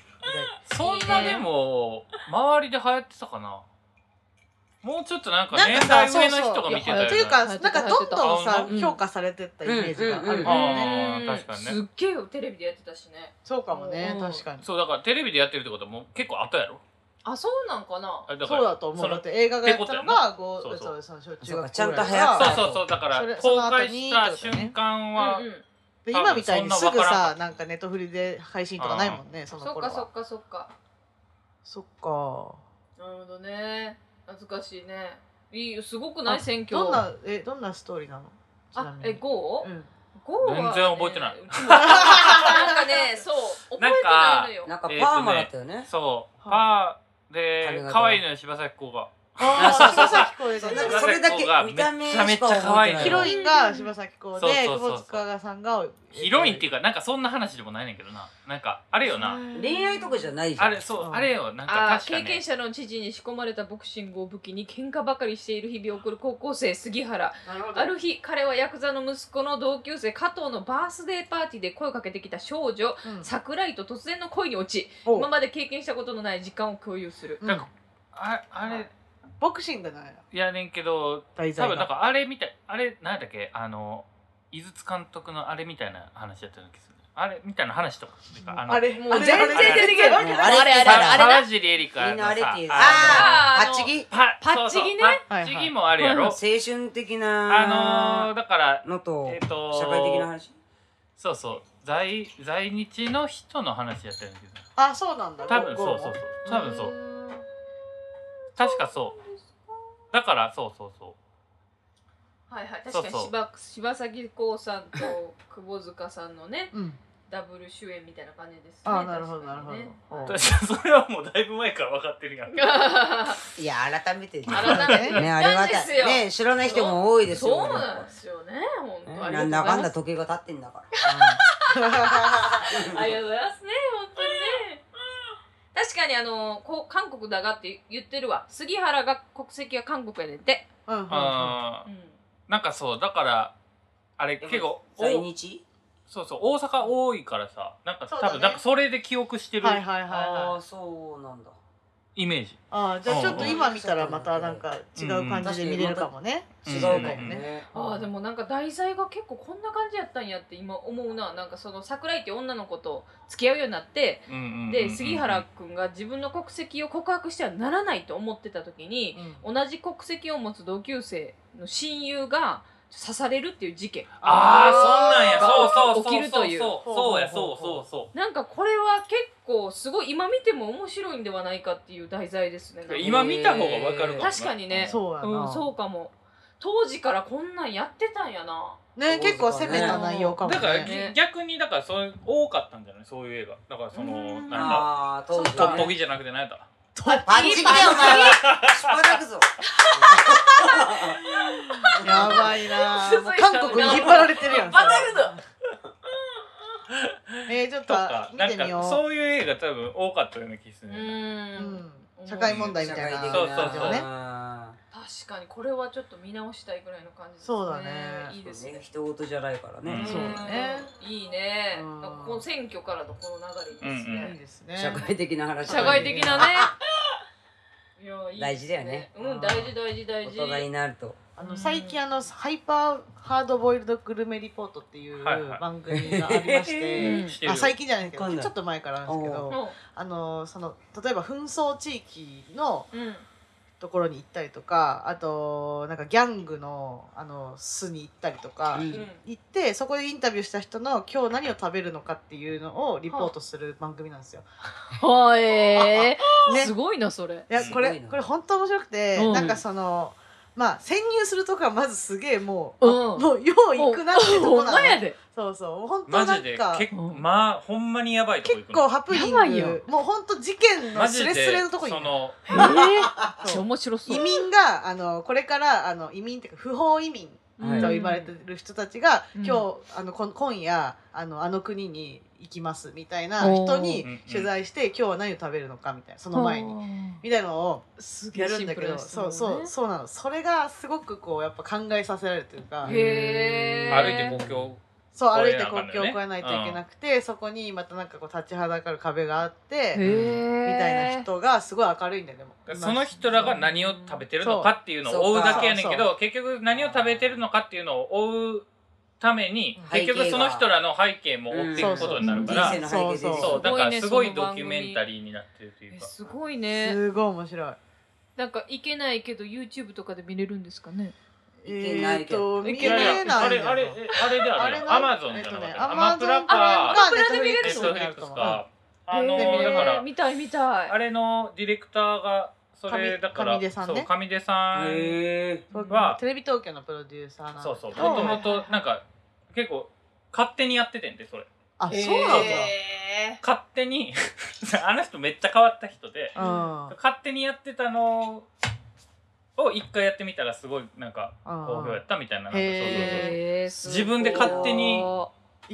S2: そんなでも周りで流行ってたかなもうちょっとなんか
S1: なん
S2: 年
S1: かさ
S2: 代上の人
S1: そう
S2: が
S1: そう
S2: 見てたよね
S1: というか、
S3: 入
S1: な
S3: っ
S1: ん
S3: てた
S1: かどんどん
S2: 入
S1: さ
S2: って
S3: た、
S1: 強化されてったイメージがある、
S4: うんうんうん
S2: あー
S3: うん
S2: 確かにね
S3: すっげえテレビでやってたしね
S1: そうかもね
S3: う、ん
S1: 確かに。
S2: そうだからテレビでやってるってことはもう結構後やろ
S3: あそうなんかな
S2: あれだから
S1: そうだと思う。だって映画がやったのが、こ
S2: そううそう
S1: そうそう、小中
S4: そうか
S1: 学
S4: ちゃん
S1: 校
S4: と
S1: ぐらい
S4: 早
S2: そう
S4: く
S1: か
S2: そうそうだから
S1: それそ
S2: 公
S1: の後
S2: 開
S1: に
S2: した
S1: ってことね
S2: 瞬間は、
S3: うんうん
S1: で今みたいにすぐ
S2: 多分そんなわから
S1: さ、なんかネットフリで配信とかないもんね、その
S3: そっ
S1: 頃
S3: かそ
S1: は
S3: っ。かそっか
S1: そっか。
S3: なるほどね懐かしいねいいすごくない選挙
S1: どんな、え、どんなストーリーなのちな
S3: あ
S1: みに
S3: え GO?
S1: うん。
S3: ゴーはね
S2: 全然覚えてない
S3: うんなんかね、そう、覚えてないのよ。
S4: なんかパーマだったよね。
S2: そう
S1: は
S2: パーで
S4: 髪型
S2: 可愛いのよ柴咲コウが
S1: ああ、
S4: そうそうそう
S1: 柴咲コウです
S4: そ
S1: ね
S2: な
S4: うなん
S2: か
S4: ん
S2: そ
S4: かそ
S2: れ
S4: れ
S2: だ
S4: だ
S2: け
S4: け
S2: 見
S4: 見
S2: た
S4: た
S2: 目
S4: 目
S2: し
S4: し
S2: か
S4: か
S2: 覚えてない
S4: い。
S1: ヒロインが柴咲コウ
S2: そうそう
S1: で、
S2: そうそう
S1: 窪塚賀さんが。
S2: ヒロインっていううかなんかそんな話でもないねんけどななんかあれよな
S4: 恋愛とかじゃないじゃん。
S2: あれそう
S1: うん
S2: あれよなん
S3: あ
S2: か
S3: ー
S2: 確か
S3: 経
S2: ね
S3: 験者の知事に仕込まれたボクシングを武器に喧嘩ばかりしている日々を送る高校生杉原ある日彼はヤクザの息子の同級生加藤のバースデーパーティーで声をかけてきた少女
S1: うん
S3: 桜井と突然の恋に落ち
S1: お
S3: 今まで経験したことのない時間を共有する
S1: うん
S2: なんかああれ
S1: ボクシングなんや、
S2: いやねんけど
S1: 題
S2: 多
S1: 材
S2: 分なん
S1: が。
S2: かあれみたいあれなんだっけあの井筒監督のあれみたいな話だったんでするあれみたいな話とかっていうかあの
S1: あれ、
S3: もう全然出てけえ
S1: あ
S3: へ
S1: れ
S3: ん
S4: もう
S3: あれあれ
S2: さ
S3: あれ
S2: 沢
S3: な
S2: 尻エリカ
S4: みん
S2: の
S4: な
S2: さ
S4: あれっていう。
S2: あ
S3: あー
S4: あ、パッチギ
S2: のパ
S3: パッチギね
S2: パッチギもあるやろ
S4: 青春的
S2: あのー
S4: な
S2: だから
S4: のと
S2: えっ、と
S4: 社会的な話。
S2: そうそう在在日の人の話やってるんだけど
S1: あ、そうなんだ。
S2: 多分そう
S1: こ
S2: そうそう多分そう
S3: ーん
S2: 確かそうだからそうそうそう
S3: はいはい
S2: そう
S3: 確
S2: そ
S3: か
S2: う
S3: に柴柴咲コウさんと窪塚さんのね
S1: うん。
S3: ダブル主演みたいな感じですね。
S1: あーなるほど
S3: 確かにね
S1: なるほど
S2: 私それはもうだいぶ前から分かってるやん
S4: いや、改めてね。
S3: 改めて
S4: ね、あれ
S3: 言った
S4: は
S3: んですよ
S4: ね、知らない人も多いですよ。
S3: そうなんですよね。本当
S4: ねなんだかんだ。時計が立ってんだから。
S3: ありがとうございますね。本当にね。確かにあのこう韓国だがって言ってるわ。杉原が国籍が韓国やねんて。
S1: うんうんうん。
S2: あ
S3: う
S2: ー
S3: ん。
S2: なんかそうだからあれ結構お
S4: 在日
S2: そうそう大阪多いからさなんか
S1: そうだ
S2: 多
S1: ね
S2: 分なんかそれで記憶してる
S1: はいはいはいは
S4: あ
S1: い
S4: あ、そうなんだ。
S2: イメージ
S1: あーじゃあちょっと今見たらまたなんか違う感じで見れるかもね、
S2: うん
S4: 違うかもね。
S3: ああでもなんか題材が結構こんな感じやったんやって今思うな。なんかその桜井って女の子と付き合うようになって、
S2: うんうんうんうん
S3: で杉原くんが自分の国籍を告白してはならないと思ってた時に。同じ国籍を持つ同級生の親友が刺されるっていう事件
S2: ああそんなんやそうそうそう
S3: 起きるという
S2: そうそうやそ
S1: ほうほ
S2: う
S1: うほうほ
S2: そううそ
S3: なんかこれは結構すごい今見ても面白いんではないかっていう題材ですねなんか
S2: う今見た方が分かるかもな
S3: 確かにね
S1: そうやな、
S3: うん、そうかも当時からこんなんやってたんやな
S1: ね結構攻めた内容かもね
S2: だから、
S3: ね
S2: ぎ逆にだからそういう多かったんじゃないそういう映画だからその
S3: うん
S2: なんか
S4: ああ、当時
S1: ー
S2: ト
S1: そう
S4: は
S1: か
S2: ッポ
S4: ね。
S2: ギじゃなくて何だった
S4: パッチギだよ、お前は。しばらくぞ。
S1: やばいな
S3: 続い
S1: もう
S3: て
S1: 韓国に引っ張られてるやん
S3: バ カだ
S1: えー、ちょっ
S2: と
S1: と
S2: か
S1: 見
S2: な
S1: て
S2: ん
S1: みよ
S2: か
S1: う
S2: そういう映画多分多かったような気す
S3: う
S2: るね
S3: ーん、
S1: うん、社会問題みたいな
S2: 社会的な
S1: 感じのね
S3: 確かにこれはちょっと見直したいぐらいの感じですね
S1: そうだね
S3: いいですね
S4: 人事じゃないからね。
S2: そう
S1: だね
S3: うんいいね
S1: うん
S3: なんかこの選挙からのこの流れいいですね、
S2: うんうん
S1: いいですね
S4: 社会的な話。
S3: 社会的なね。いやいいです
S4: 大事だよね
S3: うん、大事大事大事。
S4: 大人になると。
S1: あの最近あのハイパーハードボイルドグルメリポートっていう
S2: はいはい
S1: 番組がありまして、
S3: うん
S2: してる
S1: あ最近じゃないけ
S4: わか
S1: ど
S4: んない
S1: ちょっと前からなんですけ
S4: お
S1: ど
S3: も
S1: あのその例えば紛争地域の
S3: う、うん、
S1: ところに行ったりとかあとなんかギャングのあの巣に行ったりとか、
S4: うん
S3: うん
S1: 行ってそこでインタビューした人の今日何を食べるのかっていうのをリポートする番組なんですよ。
S3: はい、えー
S1: ね
S3: すごいなそれ。
S1: いや
S4: す
S1: こ
S4: ごいな
S1: れこれ本当面白くて、
S3: うん
S1: なんかそのまあ潜入するとこはまずすげえもう、
S3: うん
S1: もうよう行くなってとこ
S3: ほん
S1: な
S3: まや
S1: の。
S3: で。
S1: そうそう本当
S2: マ
S1: なん
S2: ジで
S1: か
S2: 結構
S3: うん
S2: まあほんまにやばいとこ
S1: 結
S2: 行く
S1: 構
S2: の
S1: ハプニン
S3: やばいよ
S1: グもう本当事件の
S2: マジ
S1: ス
S2: で
S1: レスレのとこに
S2: その
S3: えー、
S1: そう
S3: 面白そう。
S1: 移民があのこれからあの移民っていうか不法移民
S4: はい
S1: と言われてる人たちが、
S3: うん
S1: 今日あのこ今夜あのあの国に行きますみたいな人
S2: おー
S1: に取材して、今日は何を食べるのかみたいなその前に。みたいなのを
S3: すげえ
S1: やるんだけど、
S3: シンプル
S1: そ
S3: な
S1: う
S3: 質問
S1: そ
S3: ね
S1: うそうなのそれがすごくこうやっぱ考えさせられるというか
S4: へ
S3: へえ。
S2: 歩いて国境
S1: そう歩
S2: 越
S1: い
S2: え
S1: て
S2: なあかん
S1: 国
S2: の
S1: 境
S2: よ
S1: を
S2: ね
S1: 越えないといけなくて、そこにまたなんかこう立ちはだかる壁があっ
S3: へ
S1: てみ
S3: ー
S1: たいな人がすごい明るいんだよでも
S2: その人らが何を食べてるのかっていうのを追うだけやねんけど結局何を食べてるのかっていうのを追うために
S4: 背景
S2: 結
S4: が
S2: 局その人らの背景も追っていくことになるか
S4: うん
S2: ら
S4: 人生の背景で
S1: そう
S2: そうだ
S3: すご
S2: か
S3: い
S2: ら
S3: ね
S2: すご
S3: そ
S2: い
S3: の
S2: ド
S3: 番組
S2: キュメンタリーになってるという
S3: え
S2: か
S3: すごいね
S1: すごい面白い
S3: なんか行けないけど YouTube とかで見れるんですかね
S4: いけないけど
S1: えーと見
S3: い
S1: れ
S3: け
S1: ない
S3: ない
S1: んだよ
S3: いや
S2: あれあれえあれである
S1: あれ
S2: やん
S1: な
S2: アマゾンじゃな
S1: えっ
S2: かっ
S1: とね
S2: た
S1: アマ
S2: ア
S1: ゾ
S2: マ
S1: ン
S2: プラ
S1: ア
S2: か
S3: マプラで見れ
S2: ネ
S3: る
S2: ッ
S3: の
S2: トフ
S1: ね
S2: リックスかあ
S3: え
S2: の
S1: ー
S2: だから
S3: 見たい見たい
S2: あれのディレクターがそれ
S1: 上
S2: だから
S1: 上出さんね
S2: そう上出さん
S4: へ
S2: は
S1: テレビ東京のプロデューサーなんだけ
S2: そ
S1: ど
S2: うそうもともとなんか結構勝手にやっててんでそれ
S1: あそうなんだ、
S3: え
S2: 勝手に あの人めっちゃ変わった人で
S1: うん
S2: 勝手にやってたのを一回やってみたらすごいなんか好評やったみたいななんかそうそう
S3: ー
S2: そう
S3: えーすごい
S2: 自分で勝手に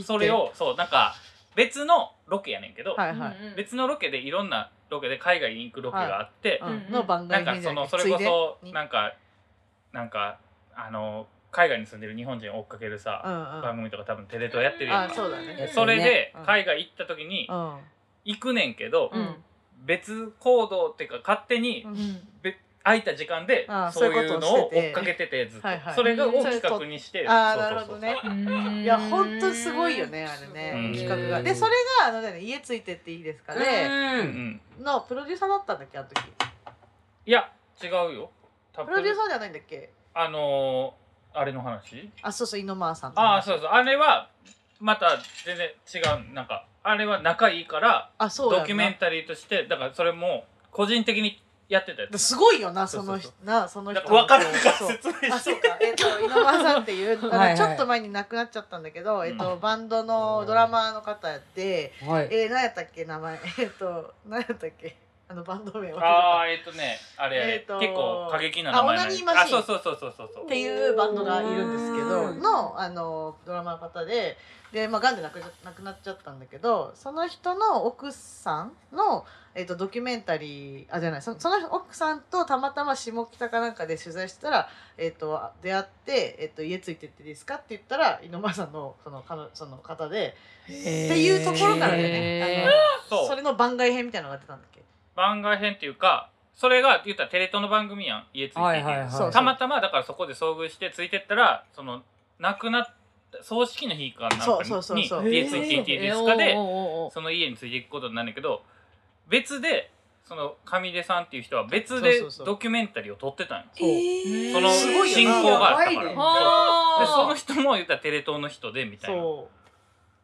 S2: それをそうなんか別のロケやねんけど、
S1: はいはい、
S3: うんうん
S2: 別のロケでいろんなロケで海外に行くロケがあって、
S1: うん
S3: うん
S1: の番
S2: な
S1: 外
S2: んか
S1: 編じ
S2: そ
S1: ゃな
S2: の
S1: くて
S2: それこ
S1: つい
S2: そ
S1: で
S2: なんかなんかあの海外に住んでる日本人を追っかける
S1: う
S2: さ、
S1: ん
S2: 番組とか多分テレ東やってるやん
S1: あ
S2: か、
S1: そうだね
S2: それで
S1: うん
S2: 海外行った時に
S1: うん
S2: 行くねんけど、
S1: う
S2: 別行動っていうか勝手に
S1: うん
S3: うん
S2: べ空いた時間で
S1: あー
S2: そういうのを
S1: そういう
S2: 追っ
S1: ことをし
S2: か
S1: てて
S2: けててずっと
S1: はいはい
S2: それが
S1: う
S2: を
S1: ん
S2: 企画にして
S1: ああ
S2: そう
S1: な
S2: そう
S1: る
S2: そう
S1: ほどね
S3: い
S1: いや本当すごいよねあれね
S2: うん
S1: 企画がでそれがあの、ね、家ついてっていいですかね
S2: う
S4: ー
S2: ん
S1: のプロデューサーだったんだっけあの時
S2: いや違うよ多
S1: プロデュー
S2: 分
S1: サーじゃないんだっけ
S2: あのーあれの話
S1: あそうそう井ノマーさんの
S2: ああそうそうあれはまた全然違うなんかあれは仲いいから
S1: あそうだよ
S2: ド
S1: な
S2: キュメンタリーとしてだからそれも個人的にやってたやつ
S1: すごいよな
S2: そ
S1: そう
S2: そ
S1: の
S2: う
S1: 人
S2: そ
S1: なその
S2: だ
S1: 人
S2: から分からんから
S1: そう
S2: 説明
S1: あ
S2: して
S1: そうか、えっと、稲葉さんって いうあの
S4: はいはい
S1: ちょっと前に亡くなっちゃったんだけど、えっと、バンドのドラマーの方やって、
S4: はい。
S1: えー、何やったっけ名前 えっと何やったっけあのバンド名忘れ
S2: あ
S1: た
S2: あえっとねあれあれ
S1: えっと
S2: 結構過激な名前なんや
S1: あオナニーマシン
S2: あそうそうそうそうそうそう
S1: っていうバンドがいるんですけど
S4: うん
S1: のあのドラマーの方でで、まあ、癌で亡く亡くなっちゃったんだけどその人の奥さんの、えっと、ドキュメンタリーあじゃないそその奥さんとたまたま下北かなんかで取材してたら、えっと、出会って、えっと「家ついてっていいですか?」って言ったら井上さんのその彼女その方で
S4: って
S1: っていうところからだよ
S3: へ
S1: ねあ
S3: ー
S1: の
S2: そう
S1: それの番外編みたいなのが出たんだっけ
S2: 番外編っていうかそれが言ったらテレ東の番組やん家ついてて、
S4: はいはいはい。
S1: そう
S2: たまたまだからそこで遭遇してついてったらその亡くなった葬式の日かなんかに
S1: そうそうそうそう
S2: に家ついていていいですかでその家についていくことになるんだけど別でその上出さんっていう人は別
S1: そう
S2: で
S1: そうそう
S2: ドキュメンタリーを撮ってたんよ
S4: えー
S2: その
S4: すごいよな
S2: 進行があったから
S4: やばいね
S2: で
S3: で
S2: その人も言ったらテレ東の人でみたいな。
S1: そ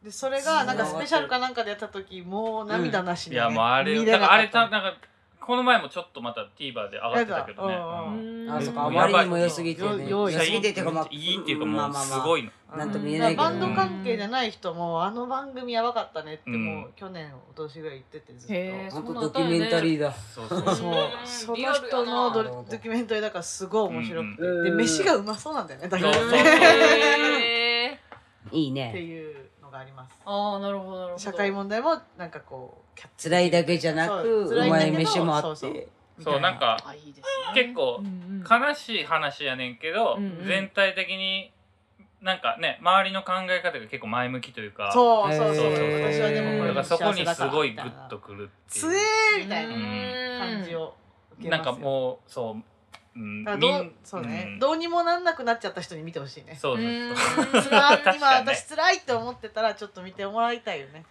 S1: うでそれがなんかスペシャルかなんかでやった時もう涙なし
S2: い
S1: でね、
S2: やもうあれ
S1: 見
S2: だ
S1: な
S2: か
S1: かっ
S2: らあれたなんかこの前もちょっとまた TVer で上がってたけどね。
S1: やだうん
S2: うん
S4: あそっかあ
S2: もうや
S4: ま
S2: ばい
S4: りにも良すぎてね
S1: よ
S4: 良
S1: よ
S2: めっち
S4: す
S2: ゃいい
S4: ぎてっていうかまあ
S2: いいっていうか
S4: ん
S2: もうすご
S4: い
S2: いの。
S4: なんとも言えないけど
S1: バンド関係じゃない人もあの番組やばかったねっても
S2: う
S1: う去年お年ぐらい言っててずっと、
S3: へー
S4: 本当ドキュメンタリーだ
S2: そうそう
S3: ー
S1: そう
S3: うん
S1: その人のド
S4: リアルやな
S1: ドキュメンタリーだからすごい面白くて、
S4: うんうん
S1: で飯がうまそうなんだよねだから
S2: そうそう
S1: ね
S3: へー
S4: いい
S1: って
S4: ね
S1: いうのがあります
S3: ああなるほどなるほど
S1: 社会問題もなんかこうキャッ
S4: 辛いだけじゃなく
S1: そう
S4: う
S1: 辛いんだ
S4: ま
S1: け
S4: い
S1: ど
S4: 飯もあっ
S1: そうそう
S4: て
S2: そうなんか
S3: あいいですね
S2: 結構
S3: うんうん
S2: 悲しい話やねんけど、
S3: うんうん
S2: 全体的になんかね周りの考え方が結構前向きというか
S1: そうそうそう、私
S2: へー
S1: はでもこ
S2: だ
S1: れ
S2: から
S1: が
S2: そこ
S1: 幸
S2: に
S1: せ
S2: す
S1: だから
S2: ごい
S1: み
S2: グ
S1: た
S2: ッとくるって
S1: 強
S2: い
S1: えみたいな感じ
S3: を
S1: を受
S2: う
S1: け
S2: なん
S1: ます
S2: か
S1: よ
S2: もうそう、うん、
S1: だから
S2: み
S1: ど
S2: ん
S1: うそうね、
S2: ん
S1: どうにもなんなくなっちゃった人に見てほしいね
S2: そうそう
S3: うん
S2: そ
S1: 辛
S2: う
S1: い今
S2: 確かにね
S1: 私辛いって思ってたらちょっと見てもらいたいよね、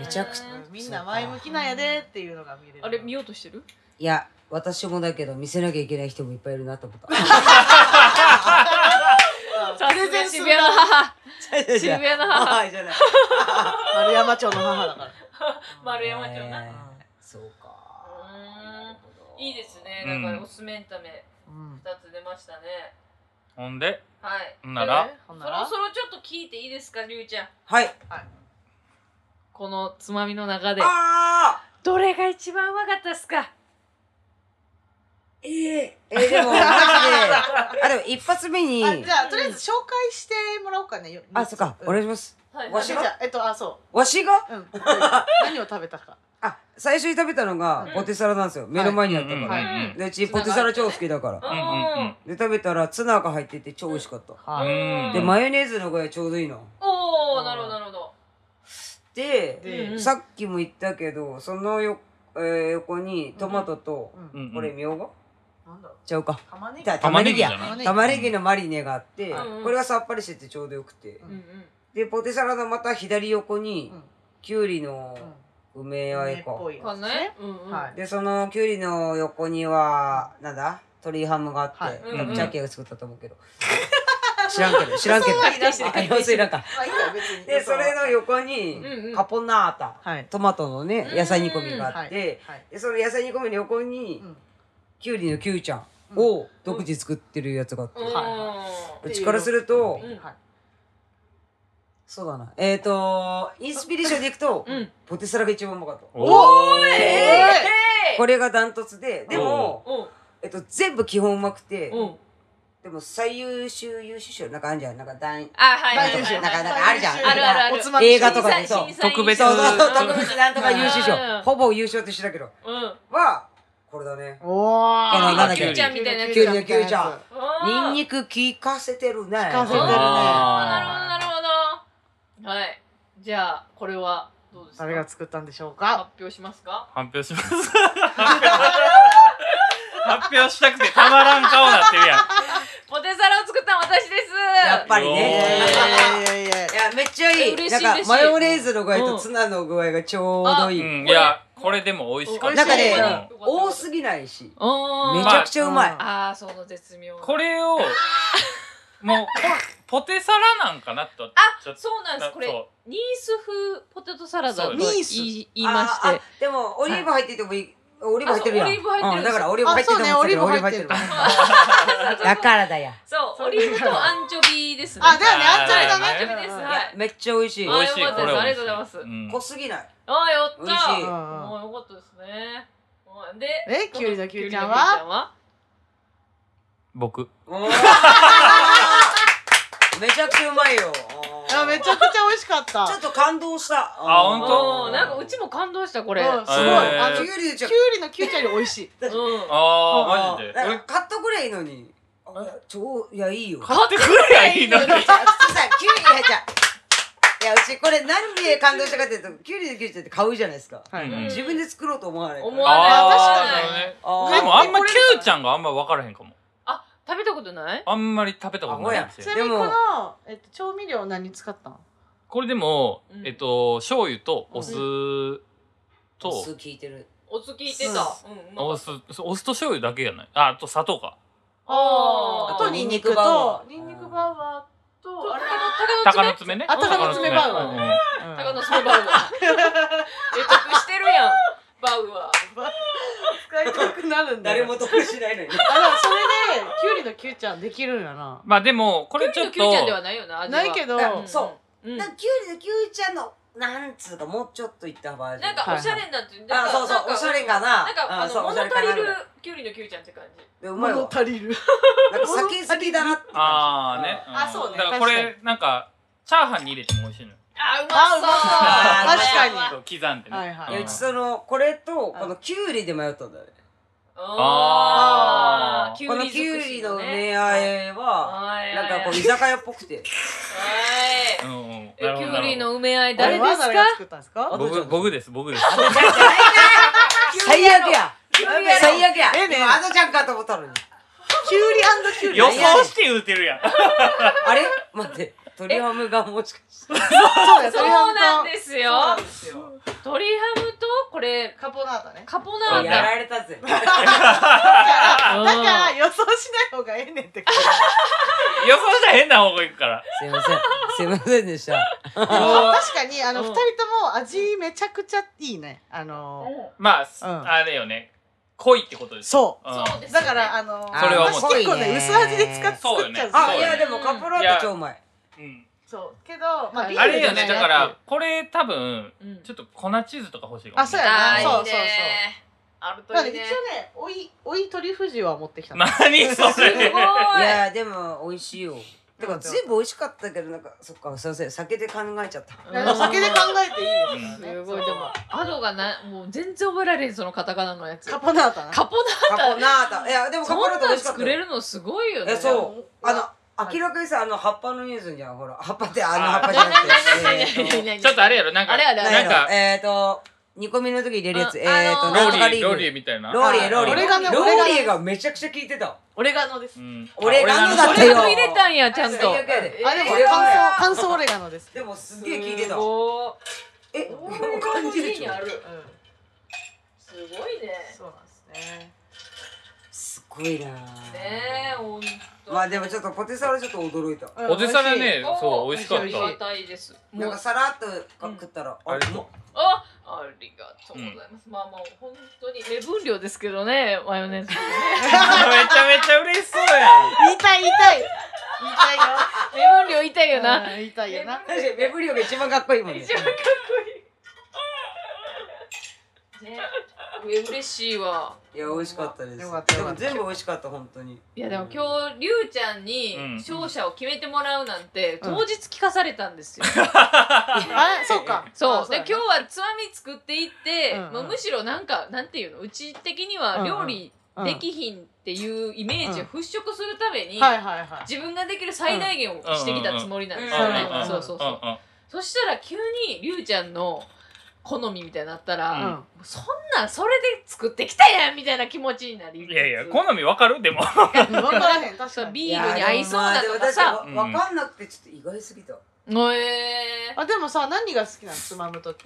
S4: めちゃくちゃ
S1: うんみんな前向きなんやでっていうのが見れる
S3: あれ見ようとしてる
S4: いや私もだけど見せなきゃいけない人もいっぱいいるなと思った
S1: あプレゼンする
S3: 渋谷の母渋谷の母
S4: はいじゃない
S1: 丸山町の母だ から
S3: 丸山町な
S4: えーそうか
S3: いいですねなんかおすすめエンタメ
S1: うん
S3: 二つ出ましたね
S2: ほんで
S3: はい
S2: ほんなら
S1: ほん
S3: そ
S1: な
S3: ろ
S1: ら
S3: そろちょっと聞いていいですかりゅうちゃん
S4: はい
S3: このつまみの中で
S4: ああ
S3: どれが一番うまかったっすか
S4: えーえーでも マジであでも一発目に
S1: あじゃあとりあえず紹介してもらおうかねよ
S4: あそっかお願いします
S3: はい
S4: わし
S1: じ
S4: が
S1: ゃ あえっとあそ
S4: わしが
S1: ううん何を食べたか
S4: あ最初に食べたのが
S1: うん
S4: ポテサラなんですよ。目の前にあった
S2: うん
S4: か
S1: はい
S4: ら。で、うちポテサラ超好きだから。
S2: うんうんうん
S4: で、食べたらツナが入ってて超美味しかった。
S1: は
S2: う
S1: い。
S2: ん
S4: で、マヨネーズの具合ちょうどいいな。
S3: おおなるほどなるほど
S4: で、
S1: で、
S3: うん
S4: さっきも言ったけど、そのよ、えー横にトマトと、
S1: うん
S2: うん
S4: これみょうが
S1: なんだろう。
S4: ちゃうか。
S1: 玉ねぎ。
S4: だ
S2: 玉ねぎじゃ
S1: 玉
S2: な
S1: ね
S2: い
S1: ぎ
S4: 玉ねぎのマリネがあって
S3: うん、
S4: これがさっぱりしててちょうどよくて
S1: う。
S3: うんうん
S4: で、ポテサラのまた左横に
S1: う、ん
S4: きゅうりの梅和え
S1: 梅っ
S4: か。
S1: ぽいや
S3: か
S1: つ
S3: ね。うんうん
S1: はい
S4: でそのきゅうりの横にはなんだ鶏ハムがあって、
S1: はい
S4: 多
S3: うんう
S4: 分
S3: ん
S4: ジャッキーが作ったと思うけど知 ら んけど知らんけど
S1: 嘘は言い出してる
S4: あ要するになんか
S1: まあいいから別に。
S4: でそれの横に
S3: うんうん
S4: カポナータ
S1: はい。
S4: トマトのね
S3: うん
S4: 野菜煮込みがあって、
S1: はい。
S4: でその野菜煮込みの横に
S1: うん
S4: きゅうりのきゅうちゃんを独自作ってるやつがあって、
S3: うん
S1: はい
S4: ちからすると
S1: うんはい。
S4: そうだなえっ、ー、とインスピレーションでいくと、
S3: うん
S4: ポテサラが一番うまかった
S2: おー
S1: え
S3: え
S4: これがダントツででも、
S3: うん
S4: えっと、全部基本うまくて、
S3: うん
S4: でも最優秀優秀賞なんかあるじゃんなんかだん
S3: あはいは
S1: 大
S3: い
S1: 丈夫です
S3: はい
S1: よ
S4: なかなかあるじゃん
S1: 大丈夫
S3: あるあるある
S1: おつまみ
S4: 映画とかで
S3: 審査
S4: そう
S3: 審査員
S2: 特別
S4: そうそうそうう、
S2: ん
S4: 特別なんとか優秀賞
S3: うん、
S4: ほぼ優勝ってしてたけど、
S3: うん
S4: は、これだね。
S1: お
S4: こ
S1: ー
S4: のなんだっ
S2: けキュウリ
S3: ちゃんみたいなやつ
S1: キュウリのキュウリ
S4: キュウリのキュウリちゃん
S1: みたい
S3: うん
S4: ニンニク効かせてる
S1: 効
S4: ね。
S1: かせてるね
S3: あなるほ
S2: あ
S3: どなるほどはいじゃあこれはどうですか
S1: 誰が作ったんでしょうか
S3: 発表しますか
S2: 発表します 発表したくてたまらん顔なってるやん
S3: ポテサラを作ったの私です
S4: やっぱりね。
S1: いやいやいやいや
S4: いや、めっちゃい
S3: 嬉し
S4: い。
S3: い
S4: なんか
S3: 嬉しい
S4: マヨネーズの具合
S3: うん
S4: とツナの具合がちょうどいい。
S2: うんいやこれでも美味しかった
S4: なんか
S1: 美味しい
S4: ね
S2: うん、
S4: 多すぎないし、
S3: お
S4: め
S3: ー
S4: ちゃくちゃうまい。
S1: ま
S3: ああその絶妙な
S2: これをもうこポテサラなんかなとちょっと
S3: そうなんですこれ
S2: そう
S3: ニース風ポテトサラダと
S2: そう
S3: 言
S1: ニー
S3: い
S1: ス
S3: 言いまして
S4: あ。あでも、オリーブ入っててもいい。オリーブ入ってるやん。
S3: あそうオリーブ入ってる
S4: うんだからオリーブ入ってると思っ
S1: あそう
S4: てたけど
S1: ねオリーブ入ってる
S4: オリーブ入っ
S3: そう
S4: てるだからだよ。
S3: そうオリーブとアンチョビですね
S1: あ、だよね、アンチョビだ
S2: あー
S1: ね。
S3: アンチョビですはい
S4: めっちゃ美味しい。
S3: あ
S2: 美味しい
S3: よかった
S2: こ
S3: で
S2: れ美味し
S3: すありがとうございます
S2: うん
S4: 濃すぎない。
S3: あーやった
S4: 美味しい
S1: うんうん
S3: もうよかったですねうんで
S1: え
S3: こ
S1: キュウリのキュウリちゃん
S3: キュウリのキュウリち
S1: は
S3: ゃんは
S2: 僕
S4: おーめちゃくちゃうまいよ。
S1: あめちゃくちゃ美味しかった。
S4: ちょ
S1: う
S4: っと感動した。
S2: あ本当
S3: おーなんかうちも感動したこれ
S1: んすごい。
S2: えー
S1: あの
S4: キ
S1: キ
S4: ュウリでちゃ
S1: ュウリのキュウちゃんより美味しい。
S3: うん
S2: ああマジで
S4: なん
S2: え
S4: か買っとくれいいのに。あいや超いやいいよ。
S2: 買ってくれやいいのに
S4: いやうちさキュウリ入っちゃう。いやうちこれ何で感動したかっていうとキュウリでキュウリちゃんって買うじゃないですか。
S1: はい。
S2: うん
S4: 自分で作ろうと思わないから。
S3: 思わない
S2: あ
S1: 確かに
S2: ー
S4: あ
S2: なるほどね
S4: ー
S2: でもあんまキューちゃんがあんま分からへんかも
S3: 食べたことない
S2: あんまり食べたことないかもしれ
S1: ち
S2: ない
S1: なみにこの、えっと、調味料何使ったの
S2: これでも
S3: うん
S2: えっと醤油とお酢と
S4: 酢聞いてる。
S3: お酢聞いてたうんうまか
S2: お
S3: った
S2: 酢お酢と醤油だけやないああと砂糖か
S3: あー
S1: あとニンニク
S4: ニンニクバウア
S1: と
S4: ー、
S1: ニンニクバウアーと、あれ
S2: 鷹の爪ね
S1: あ鷹
S3: の爪
S2: 鷹
S3: バウ
S2: の
S3: アー
S2: うん
S3: 高野爪バウアーえ得してるやんバウアー
S1: 使いたくなるんだ
S4: 誰
S1: よ。
S4: も得しないのに。
S1: あ、だからそれで、キュウリのキュウちゃんできるんやな。
S2: まあでもこ
S3: こ
S2: れちょっ
S3: キュウちゃんでは
S2: と
S3: ないよな味は
S1: ないけど、
S4: うん
S1: そ
S4: そ
S3: うん
S4: なんかキュウリでキュウリちゃんのなんつうかもうちょっといったバージョ
S3: な
S4: ン。
S3: んかおしゃれになってるなん
S4: あ
S3: か
S4: そうそう
S3: なん
S4: おしゃれかな。
S3: なんか
S4: う
S3: あ
S4: そ
S3: の
S4: う
S3: 物
S4: おしゃ
S3: 足
S4: れかな
S3: り
S4: ぐ
S3: る
S4: らい
S3: キュウリのキュウちゃんって感じ
S4: でうまい
S1: 物
S4: わ。
S1: 足りる。
S4: なんか酒好きだなって感じ。
S2: ああね
S1: あそうね
S2: だからこれなんかチャーハンに入れても美味しいのよ
S3: あう
S1: あ
S4: うまそう
S1: 確かに
S2: そう刻んでね
S1: はいはい
S4: いやう
S2: う
S4: ち
S2: ん
S4: そのこれとこのキュウリで迷ったんだよね。
S3: あ
S2: あー
S3: キ
S4: このキュウリのねあえは
S3: な
S4: なんかこう居酒屋っぽくて。
S2: うんうん
S3: キ
S2: なるほど
S3: ュウ
S2: なるほ
S3: リ
S2: ど
S3: の梅あえ
S1: こ
S3: 誰
S1: れ
S3: で
S1: は
S3: すか
S1: 誰が作ったんですか
S4: あ
S2: 僕僕です僕です
S4: 最悪や。
S3: キュウリやろ
S4: 最悪や。
S1: ええね
S4: 今あのちゃんかと思ったのに。
S1: キュウリキュウリ
S2: 予想して言うてるやん
S4: あれ待って。鳥ハムがもしかし
S1: そ
S4: て。
S1: うだ、
S3: そうなんですよ
S1: そうなんですよ。
S3: 鶏ハムとこれ
S1: カポナータね。
S3: カポ
S2: そ
S3: ナ
S2: う
S3: ー
S2: ね
S4: や
S3: タ
S4: られたぜ。
S1: だから、
S3: うん
S1: だから予想しない方がええねんって。
S2: 予想したら変な方がいくから
S4: すいません。すいませんでした。
S1: でも確かに、あの、
S3: うん
S1: 二人とも味めちゃくちゃいいね。あの、
S2: まあ、す
S1: うん
S2: あれよね濃いってことです
S1: そ
S2: うん
S3: そうです
S1: う。だから、あの、
S4: それは思う
S1: 私結構
S4: 濃い
S1: ね、
S4: ね
S1: 薄味で使っ
S2: そうよ
S1: 作っ
S2: ね
S1: ちゃうんですよ
S4: あいやでもカプロート超うまい。
S2: うん
S1: そう。けど、まあ、ビ
S2: あ
S1: ール
S2: れ
S1: じ
S2: よ
S1: ゃな
S2: ね
S1: い
S2: だ
S1: な
S2: か
S1: って
S2: らこれ多分
S3: うん
S2: ちょっと粉チーズとか欲しいかも
S1: あそうや
S3: あ
S1: な
S3: ーいいね
S1: そう
S3: そうそうあると
S1: なん
S3: い
S1: で
S3: い
S1: 一応
S3: ね
S1: ね、おい、おい鳥富士は持ってきたの。
S2: 何そ
S3: すごい
S2: れ
S4: いやでも美味しいよ。だから全部美味しかったけどなんかそっかすいません酒で考えちゃった
S1: いやでも酒で考えていいですからね
S3: すごいでもアドがなもう全然覚えられんそのカタカナのやつ
S1: カ
S3: カ
S1: ポナータな
S3: ポナ
S4: カポナータいやでもカ
S3: そ
S4: ポナー
S3: ん
S4: タ
S3: な
S4: 美
S3: ん
S4: 味しかった
S3: 作
S4: よ
S3: れるのすごいよね
S4: えそうあの
S3: はい
S4: 明らかにさあの葉っぱのニュースじゃんほら葉っぱってあの
S2: あ
S4: 葉っぱじゃなくてえーと
S2: ちょっとあれやろなんか
S3: あれあれ
S2: な
S4: なんん
S2: か
S4: か えっと煮込みの時入れるやつ
S3: うん
S4: えっ
S3: あ
S4: と
S3: のー
S2: ロ
S4: なんとか
S2: ーリ
S4: リ
S2: ー
S4: ーグ
S2: ローリーみたいな
S4: ローリーローリー
S1: オレガノ
S4: ロ
S1: オレガノ
S4: ーリーがめちゃくちゃ効いてた
S1: オレガノです
S2: うんあ
S4: 俺ガノだ
S2: 俺
S3: そ
S4: った
S3: れ
S4: よ
S3: も入れたんやちゃん
S4: 最
S3: と
S4: 悪やで
S1: あでも
S4: え
S1: 乾
S4: ー
S1: 燥乾燥オレガノです
S4: でもすげえ効いてた
S3: お
S4: え感じでしょ
S3: る
S1: うん
S3: すごいね
S1: そうなんですね
S4: すごいな
S3: ねえほんと
S4: まあでもちょっとポテサラちょっと驚いた
S1: うん
S2: おじさんが
S1: 美味しい
S2: ねそう美味しかった
S1: 美味しい美味しい
S3: たいですも
S4: な
S3: うん
S4: かさらっとか食ったら
S2: ありが
S4: も
S2: と
S3: あありがとうございます、まあまあ本当に目分量ですけどねマヨネーズってね
S2: う めちゃめちゃ嬉しそうや
S1: 言いたい言いたい言いたいよ
S3: 目分量痛いよな
S1: うん言いたいよな
S4: う確かに目振りが一番かっこい いもんね
S3: 一番かっこいい。ね、上嬉しいわ。
S4: いや美味しかったですで
S1: よ
S4: も
S1: かったよかった
S4: 全部美味しかった本当に
S3: いやでも今日りゅうちゃんに
S2: うん
S3: 勝者を決めてもらうなんて
S1: うん
S3: 当日聞かされたんですよ。
S1: あそうか
S3: そ
S1: あ
S3: うで
S1: だね
S3: 今日はつまみ作っていっ
S1: うん
S3: て、
S1: うん
S3: まあ、むしろなんかなんていうのうち的に
S1: うんう
S3: は
S1: ん
S3: 料理
S1: うん
S3: できひんっていうイメージを払拭するために、
S1: はいはいはい
S3: 自分ができる最大限をしてきたつもりなんです
S4: うん
S3: よ
S4: うん
S3: ね
S4: うんうん。
S3: そうそうそう。
S2: ん
S3: そしたら急にりゅうちゃんの好みみたいになったら、
S2: うん
S1: うん
S3: そんなんそれで作ってきたやんみたいな気持ちになり
S2: うんいやいや好みわかるでも
S1: 分からへん確
S3: そ
S1: か
S3: う
S1: に
S3: ビールに合いそうだとかさ
S4: いやでもまあでも確かにわわかんなくてちょっと意外すぎたい
S3: おえ ー、
S1: あでもさ何が好きなのつまむ時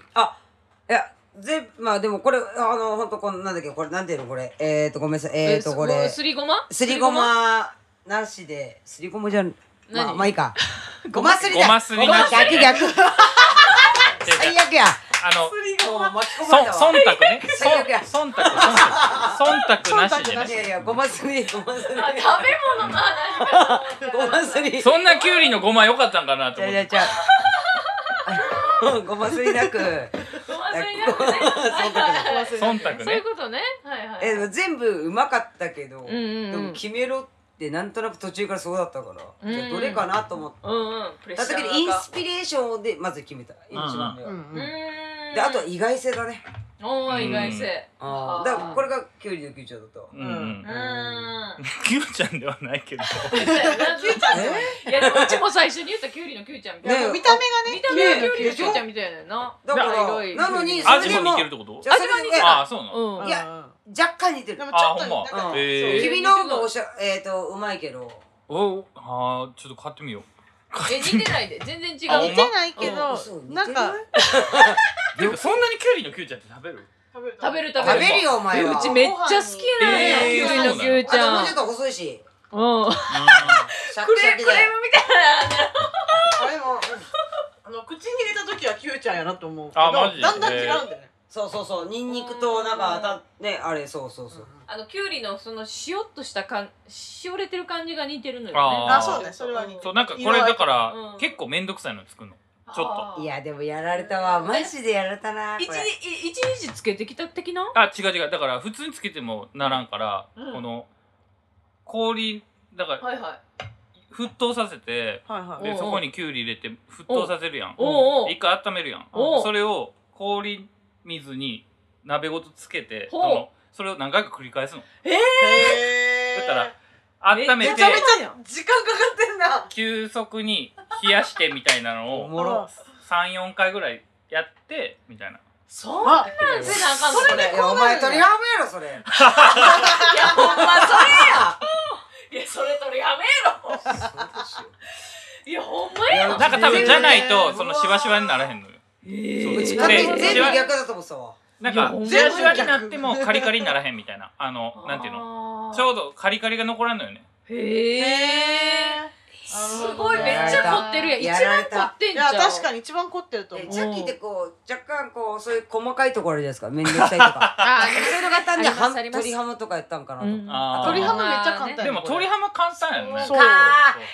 S4: や全まあでもこれあの本当このなんだっけこれなんていうのこれえーとごめんなさいえーとこれ
S3: すりごます
S4: りごまなしですりごまじゃんまあ
S3: 何
S4: まあいいかごますりだ
S2: ごますり
S4: ごま
S2: なし
S4: 逆逆最悪や
S2: あの
S4: もう巻き込ま
S2: そ
S4: れ
S2: ん
S4: た
S2: 忖
S4: わ
S2: 度ね
S4: 最悪や
S2: そん忖度忖度忖度なしで
S1: 忖度なし
S2: ね
S4: いやいやごますりごますり
S3: あ食べ物の話かと
S4: ご
S3: 思った
S4: ますり
S2: そんなキュウリのごま良かったんかなと
S4: じゃ
S2: 思
S4: あ
S2: っ
S4: じゃあ
S2: て
S4: じゃあごますりな
S3: ご
S4: く
S3: ますりなくね
S2: 忖度
S3: そうい
S2: ね
S3: うことねはいはい
S4: えでも全部うまかったけど、
S3: うんうんうん
S4: でも決めろってなんとなく途中からそうだったから、
S3: うん
S4: じゃあどれかなと思って。
S3: うんうんプレッ
S4: だっ
S3: シ
S4: た
S3: ャ
S4: け
S3: ー
S4: ど
S3: が
S4: インスピレーションでまず決めた一番目は、
S1: うん
S3: う
S1: うん
S3: ーん
S4: であとは意外性だね
S3: おー意外性あー
S4: だからこれがキュウリの球長だと
S2: うんうん
S3: うーん
S2: キュウちゃんではない けど
S3: いやでもうちも最初に言ったキュウリのキュウちゃんみたいな
S4: ね
S1: でも見た目
S3: 見た目はキュウリ
S4: ね
S3: のキュウちゃんみたいだよな。
S4: だから
S3: 茶色い
S4: なのにそ
S2: 味
S4: れで
S2: も似
S4: も
S2: てるってこと
S4: じゃあそれで
S3: 味も似て
S4: え
S2: ああそうなの
S3: うん。
S1: が
S4: いや若干似てる
S1: でもちょっと
S2: あほんま
S1: なんか
S4: うん
S2: へ
S1: そう
S2: え
S4: 君の方がおしゃえっ、とうまいけど
S2: おあーちょっと買ってみよう
S3: え似てないで全然違
S2: あ
S1: 似
S2: ほ。
S3: うん
S1: てないけ
S4: う
S1: ど
S4: んそう似て
S1: な
S4: ない
S1: んか
S2: てかそんなにキュウリのキュウちゃんって食べる
S3: 食べる食べ
S4: 食
S3: る。
S4: べるよお前は
S3: うちめっちゃ好きなのよ
S2: えー
S3: キュウリのキュウち
S4: あとも
S3: ゃ。
S4: うんちょっと細いし
S3: うん。
S4: シャ
S3: ク
S4: キシ
S3: レ
S4: ャ
S3: ー
S4: キ
S3: ム
S4: で
S3: クレームみたいな。
S1: あでもあの口に入れた時はキューちゃんやなと思うけど
S2: あマジで
S1: だんだん違うんだよね
S4: そうそうそうニンニクとなんかたねあれそうそうそう
S3: あのキュウリのその塩っとした感しおれてる感じが似てるのよね。
S2: あーあそう
S1: ねそれは似てる
S2: そうなんかこれだから
S3: うん
S2: 結構めんどくさいの作るのちょっと
S3: あー
S4: い。やでもやられたわマジでやられたな
S3: 一
S4: これ
S3: 日い一日つけてきた的な。
S2: あ違う違うだから普通につけてもならんから、
S3: うん
S2: この氷だから
S3: はいはい。
S2: 沸騰させて
S1: はいはい
S3: おうお
S2: で
S3: う
S2: そこにきゅうり入れて沸騰させるやん
S3: おうおう
S2: 一回温めるやん
S3: おう
S2: それを氷水に鍋ごとつけて
S3: ほう
S2: そのそれを何回か繰り返すの
S1: へ
S2: だ
S1: ー
S2: ったら温めて
S3: めちゃめちゃやん。
S1: 時間かかってんな
S2: 急速に冷やしてみたいなの
S4: お
S2: を
S4: もろ
S2: 34回ぐらいやってみたいな
S3: そんなん
S1: あ
S3: せなあかんのこれ。い
S4: いやお前鳥ハムやろそれ
S3: やほんまそれや。いやそれとりやめろ。いやほんまや。
S2: なんか多分じゃない
S1: へ
S2: と
S1: ー
S2: そのしわしわにならへんのよ
S3: え
S2: うち
S4: 完
S2: で
S4: 全に全部逆だと思ってたわ
S2: なん
S3: いや
S2: か
S3: ほんま
S2: しわしわになってもカリカリにならへんみたいなあの なんていうの
S3: の
S2: ちょうどカリカリが残らんのよね
S3: へえすごいめっちゃ凝ってるやん
S4: や
S3: 一
S4: ら
S3: 番
S4: れた
S3: 凝ってん
S1: い
S3: じゃ
S1: や
S3: ん
S1: 確かに一番凝ってると思
S4: え
S1: う
S4: チャッキーってこう若干こうそういう細かいところあるじゃないですか面倒くさいと か
S3: あー
S4: そういうのがあったんで
S3: あります
S4: ハ
S3: あり
S4: ム
S3: ます
S4: 鳥ハムとかやったんかなと
S3: うん
S2: あー
S1: 鳥ハムめっちゃ簡単やね
S2: でも鳥ハム簡単やんね
S1: そう
S4: か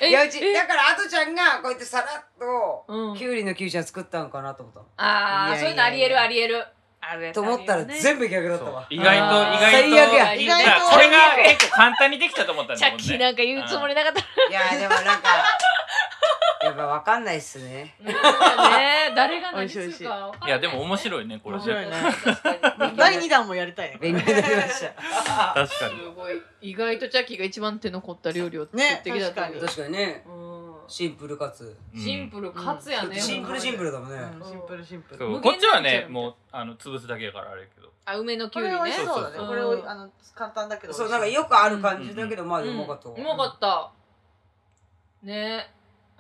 S3: え
S4: いやうち
S3: え
S4: だからあとちゃんがこうやってさらっと
S3: うん
S4: きゅうりのきゅうちゃん作ったんかなと思った
S3: ああそういうのありえるありえるあるやつ
S4: と思ったら
S3: あるよね
S4: 全部逆だった
S2: そう
S4: わ
S2: 意外
S3: あー
S2: と意
S4: 最悪
S2: 外と
S4: や
S1: 意
S2: だ
S1: 外
S2: から
S1: と
S2: これが結構簡単にできたと思ったん
S3: チ
S2: だ
S3: ャッ
S2: もん
S3: キー
S2: ね
S3: なんか言うつもりなかった
S4: いやでもなんかやっぱわかんないっすね。
S3: ねえ誰が何するかわかんない
S2: やでも面白いねこれ
S1: 面
S2: じゃ
S1: 白いね第
S3: 第
S1: 2弾もやりたいね
S4: 勉強になりました。
S2: 確かに
S3: すごい意外とチャキが一番手残った料理を作ってきた
S1: ね
S3: と思う
S1: 確
S4: 確かにね、
S3: うん
S4: シンプルかつ。
S3: シンプルかつやね、
S1: うん
S4: シンプルシンプルだもんね。
S1: うんシンプルシンプル
S2: そう
S3: 無限
S2: こっちは
S3: になっち
S2: ね
S3: ゃうみたいな
S2: もうあの潰すだけやからあれやけど
S3: あ梅のき
S1: こ
S3: ゅうり
S1: れ
S3: ね
S1: 美味しそうだね
S2: そうそうそう
S1: これをあの簡単だけど
S4: そうなんかよくある感じだけど、まあ
S3: う
S4: うんまかったわ。
S3: うまかったね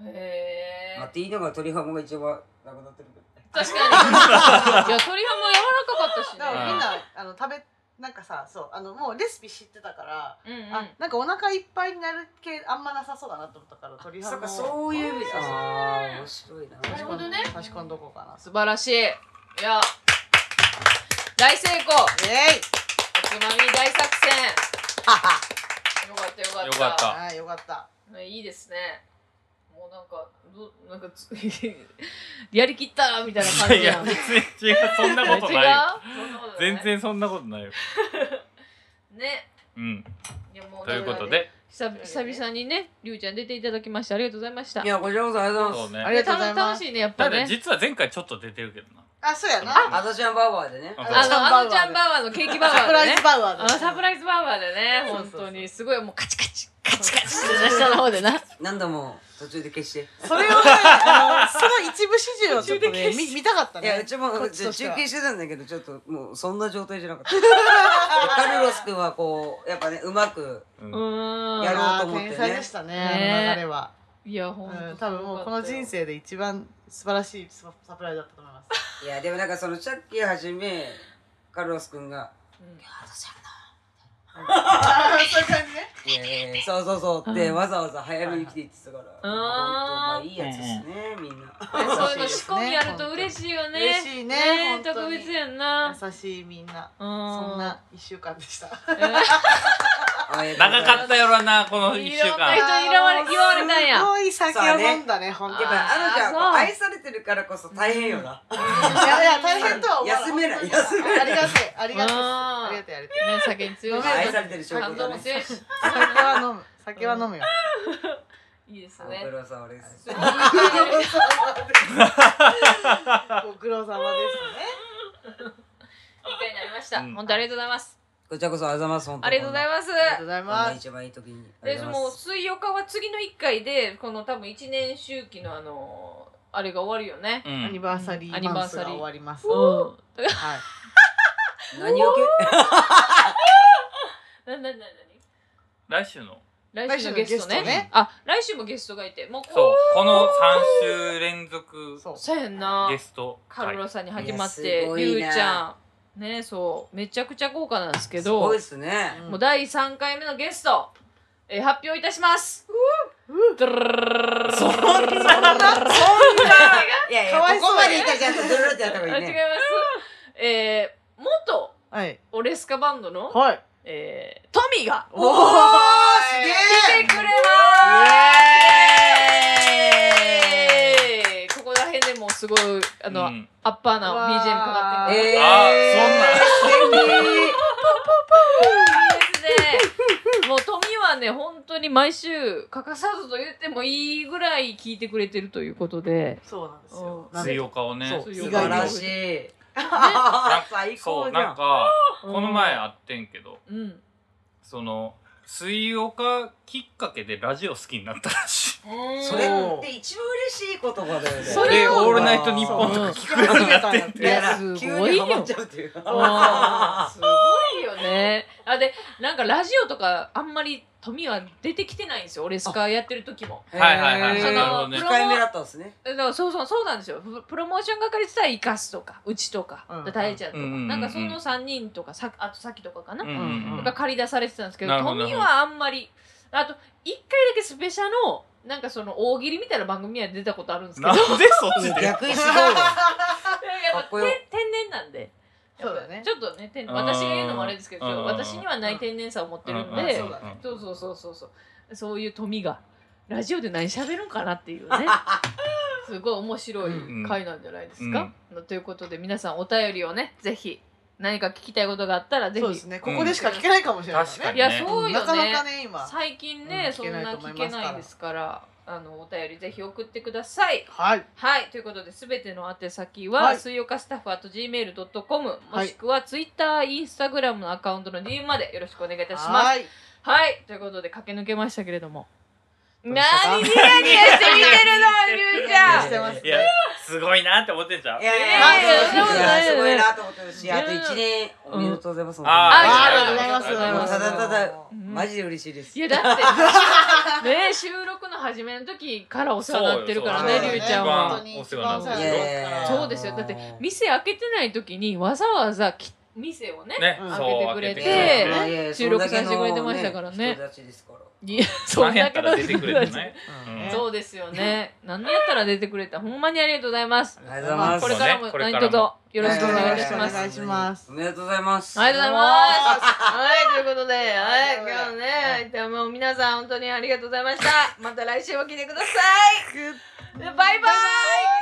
S3: へ
S4: まあ
S3: え
S4: って言いながら鳥ハムが一番なくなってるけど。
S3: 確かにいや鳥ハム柔
S1: だ
S3: ら
S1: か
S3: か
S1: ら
S2: う
S1: みん
S3: かっ
S1: なあの食べなんかさそうあのもうレシピ知ってたから、
S3: たしねうんうん
S1: あなんかお腹いっぱいになる系あんまなさそうだなと思ったから鳥
S4: そ
S1: 肌
S4: っ
S1: も
S4: か、そういう意味
S1: そうそう
S4: ああ、面白いな。
S3: なるほどね
S1: 差し込んどこうかな
S3: 素晴らしいいや大成功お
S1: えい
S3: つまみ大作戦
S1: はは
S3: よかったよかった
S2: よかった
S1: あーよかった
S3: ねいいですね。もうなんか、どなんかつ やりきったみたいな感
S2: い
S3: じ
S2: や
S3: やん。
S2: 別に違うそんなことないよ
S3: 違うそんなことない
S2: 全。然そんなことないよ
S3: ね。
S2: うん
S3: いやもう
S2: ということ
S3: なんかね
S2: で
S3: 久々久々にね、りゅうちゃん出ていただきましてありがとうございました。
S4: いや、こちらこそありがとうござ
S2: そ
S4: いうます。
S1: あ
S2: ね
S1: りがとうござい
S3: 楽
S1: ま
S3: し
S1: す
S3: いねやったぱ
S2: だ
S3: ね。
S2: 実は前回ちょっと出てるけどな
S1: あそうやな
S4: あたしゃんバーバーでね。
S3: あのあ
S1: あ
S3: の
S1: の
S3: ち
S1: ち
S3: ゃ
S1: ゃ
S3: ん
S1: ん
S3: バ
S1: バ
S3: ーバーのケーキバー
S1: サプ
S3: バー
S1: ラ
S3: で
S1: イ
S3: ね
S1: ズ。バウアー
S3: あの
S1: です
S3: サプライズバーバーでね、
S1: そうそう
S3: 本
S1: そう
S3: 当にすごいもうカチカチカチカチしてね下の方でな。
S4: 何度も途中で消して。
S1: それをねあのその一部始終をちょっとね見見たかった
S4: い
S1: ね
S4: や、うちも
S1: こ
S4: 中
S1: っと
S4: 継
S1: しては
S4: してたんだけど、ちょっともうそんな状態じゃなかった。でカルロス君はこう、やっぱね、うまく。
S2: うん
S3: うーん。
S4: やろうと思ってね
S1: あー天才でしたねあ
S3: ね
S1: の流れは、
S3: いや本
S1: うん、
S3: 当。
S1: 多分もうこの人。生で一番素晴らしいササプライズだったと思います
S4: いや、でもなんかそのチャッキーはじめ、カルロス君が、あたしゃん
S1: あーそういう感じね
S4: いやいやいやそうそうそうってわざわざ早めに来て言ってたから、
S3: うん
S4: まあいいやつですね、みんな。
S3: そういうの仕込みやると嬉しいよね。
S1: 嬉しいね本当に
S3: 特別やんな。
S1: 優しいみんな
S3: そ
S1: そんな一週間でした
S2: 長かったやろなこの1
S3: い
S2: 週
S3: ろんな
S2: 間
S3: 人に祝われ祝われたんや
S1: すごい酒を飲んだね本
S4: や
S1: 当
S4: っ
S1: にい
S4: ぱあのちゃんこ
S3: あ
S4: う
S3: そう
S4: 愛されてるからこそ大変よな。
S1: やいや大変とは思わ
S4: 休めない
S1: 本当に
S4: 休めない
S1: ありがてえありがてえっす
S3: うん
S1: ありがてえありがて
S3: ね酒に強いし
S1: ごめん
S4: 愛されてる証拠
S3: 感動
S4: だ
S3: も
S4: ね。
S3: 強いし
S1: え酒は飲む酒は飲むよ
S3: いいです
S4: ご
S3: ね
S4: 苦労様です。
S1: ご苦労様です
S3: いい回になりました
S2: うん
S3: 本当ありがとうございます
S4: こちらこそありがとうございます。本当
S3: ありがとうござい
S4: ま
S3: ます
S1: ねありがとうござい
S4: こん
S1: ま
S4: な
S1: す
S4: 一番いい時に。あり
S3: で
S4: がとうござい
S3: もう
S4: ます。
S3: 水曜日は次の1回でこの多分1年周期のあのあれが終わるよね
S2: う
S1: アニ
S2: ん
S1: バーサリ
S3: アニ
S1: ー
S3: バ
S1: マ
S3: ー
S1: ンス
S3: サリー
S1: が終わります
S3: うん
S1: はい
S4: 何を
S3: なななな
S2: 来週の
S3: な来週のゲスト
S1: 来週のゲストね
S3: ねあ来週もゲストがいてもう
S2: そう
S3: こ
S2: この3週連続
S1: そう
S3: うそうやんな
S2: ゲスト
S3: カ
S2: 会
S3: ルロさんに始まっ
S4: いや
S3: て
S4: すごい
S3: り
S4: ね
S3: ゅうちゃんねそうめちゃくちゃ豪華なんですけ
S4: けすご
S3: ど
S4: いっすね。
S1: うん
S3: もう第3回目のゲスト、えー発表いたします。ドゥルルルルルルル
S2: そんな
S4: そんな。いやい
S1: かわ
S4: や
S1: いそう
S4: ここまでいったらちゃんとドロロってやった方が
S3: あ
S4: いい
S3: 違い
S4: ね。
S3: ます。えー、元
S1: はい
S3: オレスカバンドの、
S1: はい
S3: えー、トミが
S1: おおすげえ
S3: 来てくれまーす。ここら辺でもうすごいあの、
S2: うん
S3: アッパーな BGM かかってくる。
S4: え
S2: あ
S4: ー
S3: でもう富はね本当に毎週欠かさずと言ってもいいぐらい聞いてくれてるということで、
S1: そうなんです
S3: うん
S1: よなんで
S2: 水曜日をね
S1: そう
S3: 水曜
S4: 素
S3: 日
S4: 晴ら
S1: 意
S4: しい。 最
S2: そ
S4: 高
S2: う
S4: じゃ
S2: なん
S4: ん。
S2: かこの前会ってんけど
S3: うん、
S2: その水曜日きっかけでラジオ好きになったらしい
S4: それって一番嬉しい言葉だよね。
S3: それ
S2: で「
S3: を
S2: オールナイトニッポン」とか聞くようになってん
S1: い
S2: て
S1: や
S4: だから
S3: す
S4: 急
S3: ごいよ
S4: にハマっちゃうっていうか。
S3: あーすごいよね。あでなんかラジオとかあんまり富は出てきてないんですよ。俺スカやってる時も。
S2: はいはいはい
S4: へー
S3: その
S4: なるほどね
S3: プロ
S4: 控えめだったんですね。
S3: だからそうそうそうなんですよ。ププロモーション係って言ったらイカスとかうちとか
S1: うん
S3: 大ちゃんと
S2: う
S3: か
S2: んうんうんうん
S3: なんかその三人とかさあとさっきとかかな
S2: うんうんうん
S3: が借り出されてたんですけ
S2: な
S3: ど
S2: るほど
S3: 富はあんまりあと一回だけスペシャのなんかその大喜利みたいな番組には出たことあるんですけ
S2: な
S3: ど
S2: ん
S3: やっ
S2: でそっちで
S4: 逆にすごいわ。か
S3: ぱ
S4: っこよ
S3: て天然なんで。やっ ぱ
S1: そうだね
S3: ちょっとね、天
S2: うん
S3: 私が言うのもあれですけど、
S2: うん
S3: 私にはない天然さを持ってるん
S1: うん
S3: で、
S1: そうだね
S3: そうそうそうそうそうそういう富がラジオで何喋るんかなっていうね すごい面白い回なんじゃないですか、ということで皆さんお便りをねぜひ何か聞きたいことがあったらぜひ
S1: そうですねここでしか聞けないかもしれないから
S2: 確か
S1: ね
S2: に
S3: いやそうよね
S1: なかなかね今
S3: 最近ね、
S1: うん
S3: そんな聞けないですからあのお便りぜひ送ってください。
S1: はい。
S3: はい、ということで、すべての宛先は、
S1: はい
S3: 水曜かスタッフ at gmail.com、も
S1: はい
S3: しくはツイッター、インスタグラムのアカウントの DM までよろしくお願いいたします。はい、
S1: はい。
S3: ということで、駆け抜けましたけれども。
S1: どうでしたか
S3: なにニヤニヤして見てるの、りゅうちゃん。
S1: してます
S2: いや すごいなって思ってんじゃん
S4: いやいや
S3: え
S1: ー
S4: なんか
S1: そんなこと
S3: ないよね
S4: すごいなと思ってるし、あと
S3: いや
S4: 1年おめでとうございます。
S1: あ
S3: あ
S1: あ
S3: ー
S1: りがとうございます。
S2: ありがとうご
S4: ざいますただただ
S3: うん
S4: マジで嬉しいです。
S3: いや、だって、 ね、収録の始めの時からお世話になってるから
S1: そう
S3: ね
S1: よ、そうよ
S3: りゅうちゃんは。
S1: 本当に
S2: お世話になって
S4: い
S2: る
S4: やいやいや
S3: そうですよだって店開けてない時にわざわざき店をね
S2: ね、
S1: うん
S2: そう
S3: 開けてくれて
S2: 開け
S4: いやい
S2: ね
S4: やいや
S3: 収録させてくれてましたからね
S4: そんだけの人たちですから
S3: いや そ
S2: 何
S3: ん
S2: や
S3: だ
S2: った
S3: け
S2: ら
S3: の
S2: 出てくれてね
S4: うん
S1: ね
S3: そうですよね何やったら出てくれたほんまにありがとうございます
S4: ありがとうございます。
S3: これからも
S2: そうねこれ
S3: 何
S2: からも
S3: 卒よろしくお願いいたします
S1: は
S3: あ
S1: いします
S4: おめでとうございます。
S3: りがとうございます はいということではい
S1: はい
S3: 今日ねでも皆さん本当にありがとうございましたまた来週も来てくださ
S1: グッ
S3: いバイバイ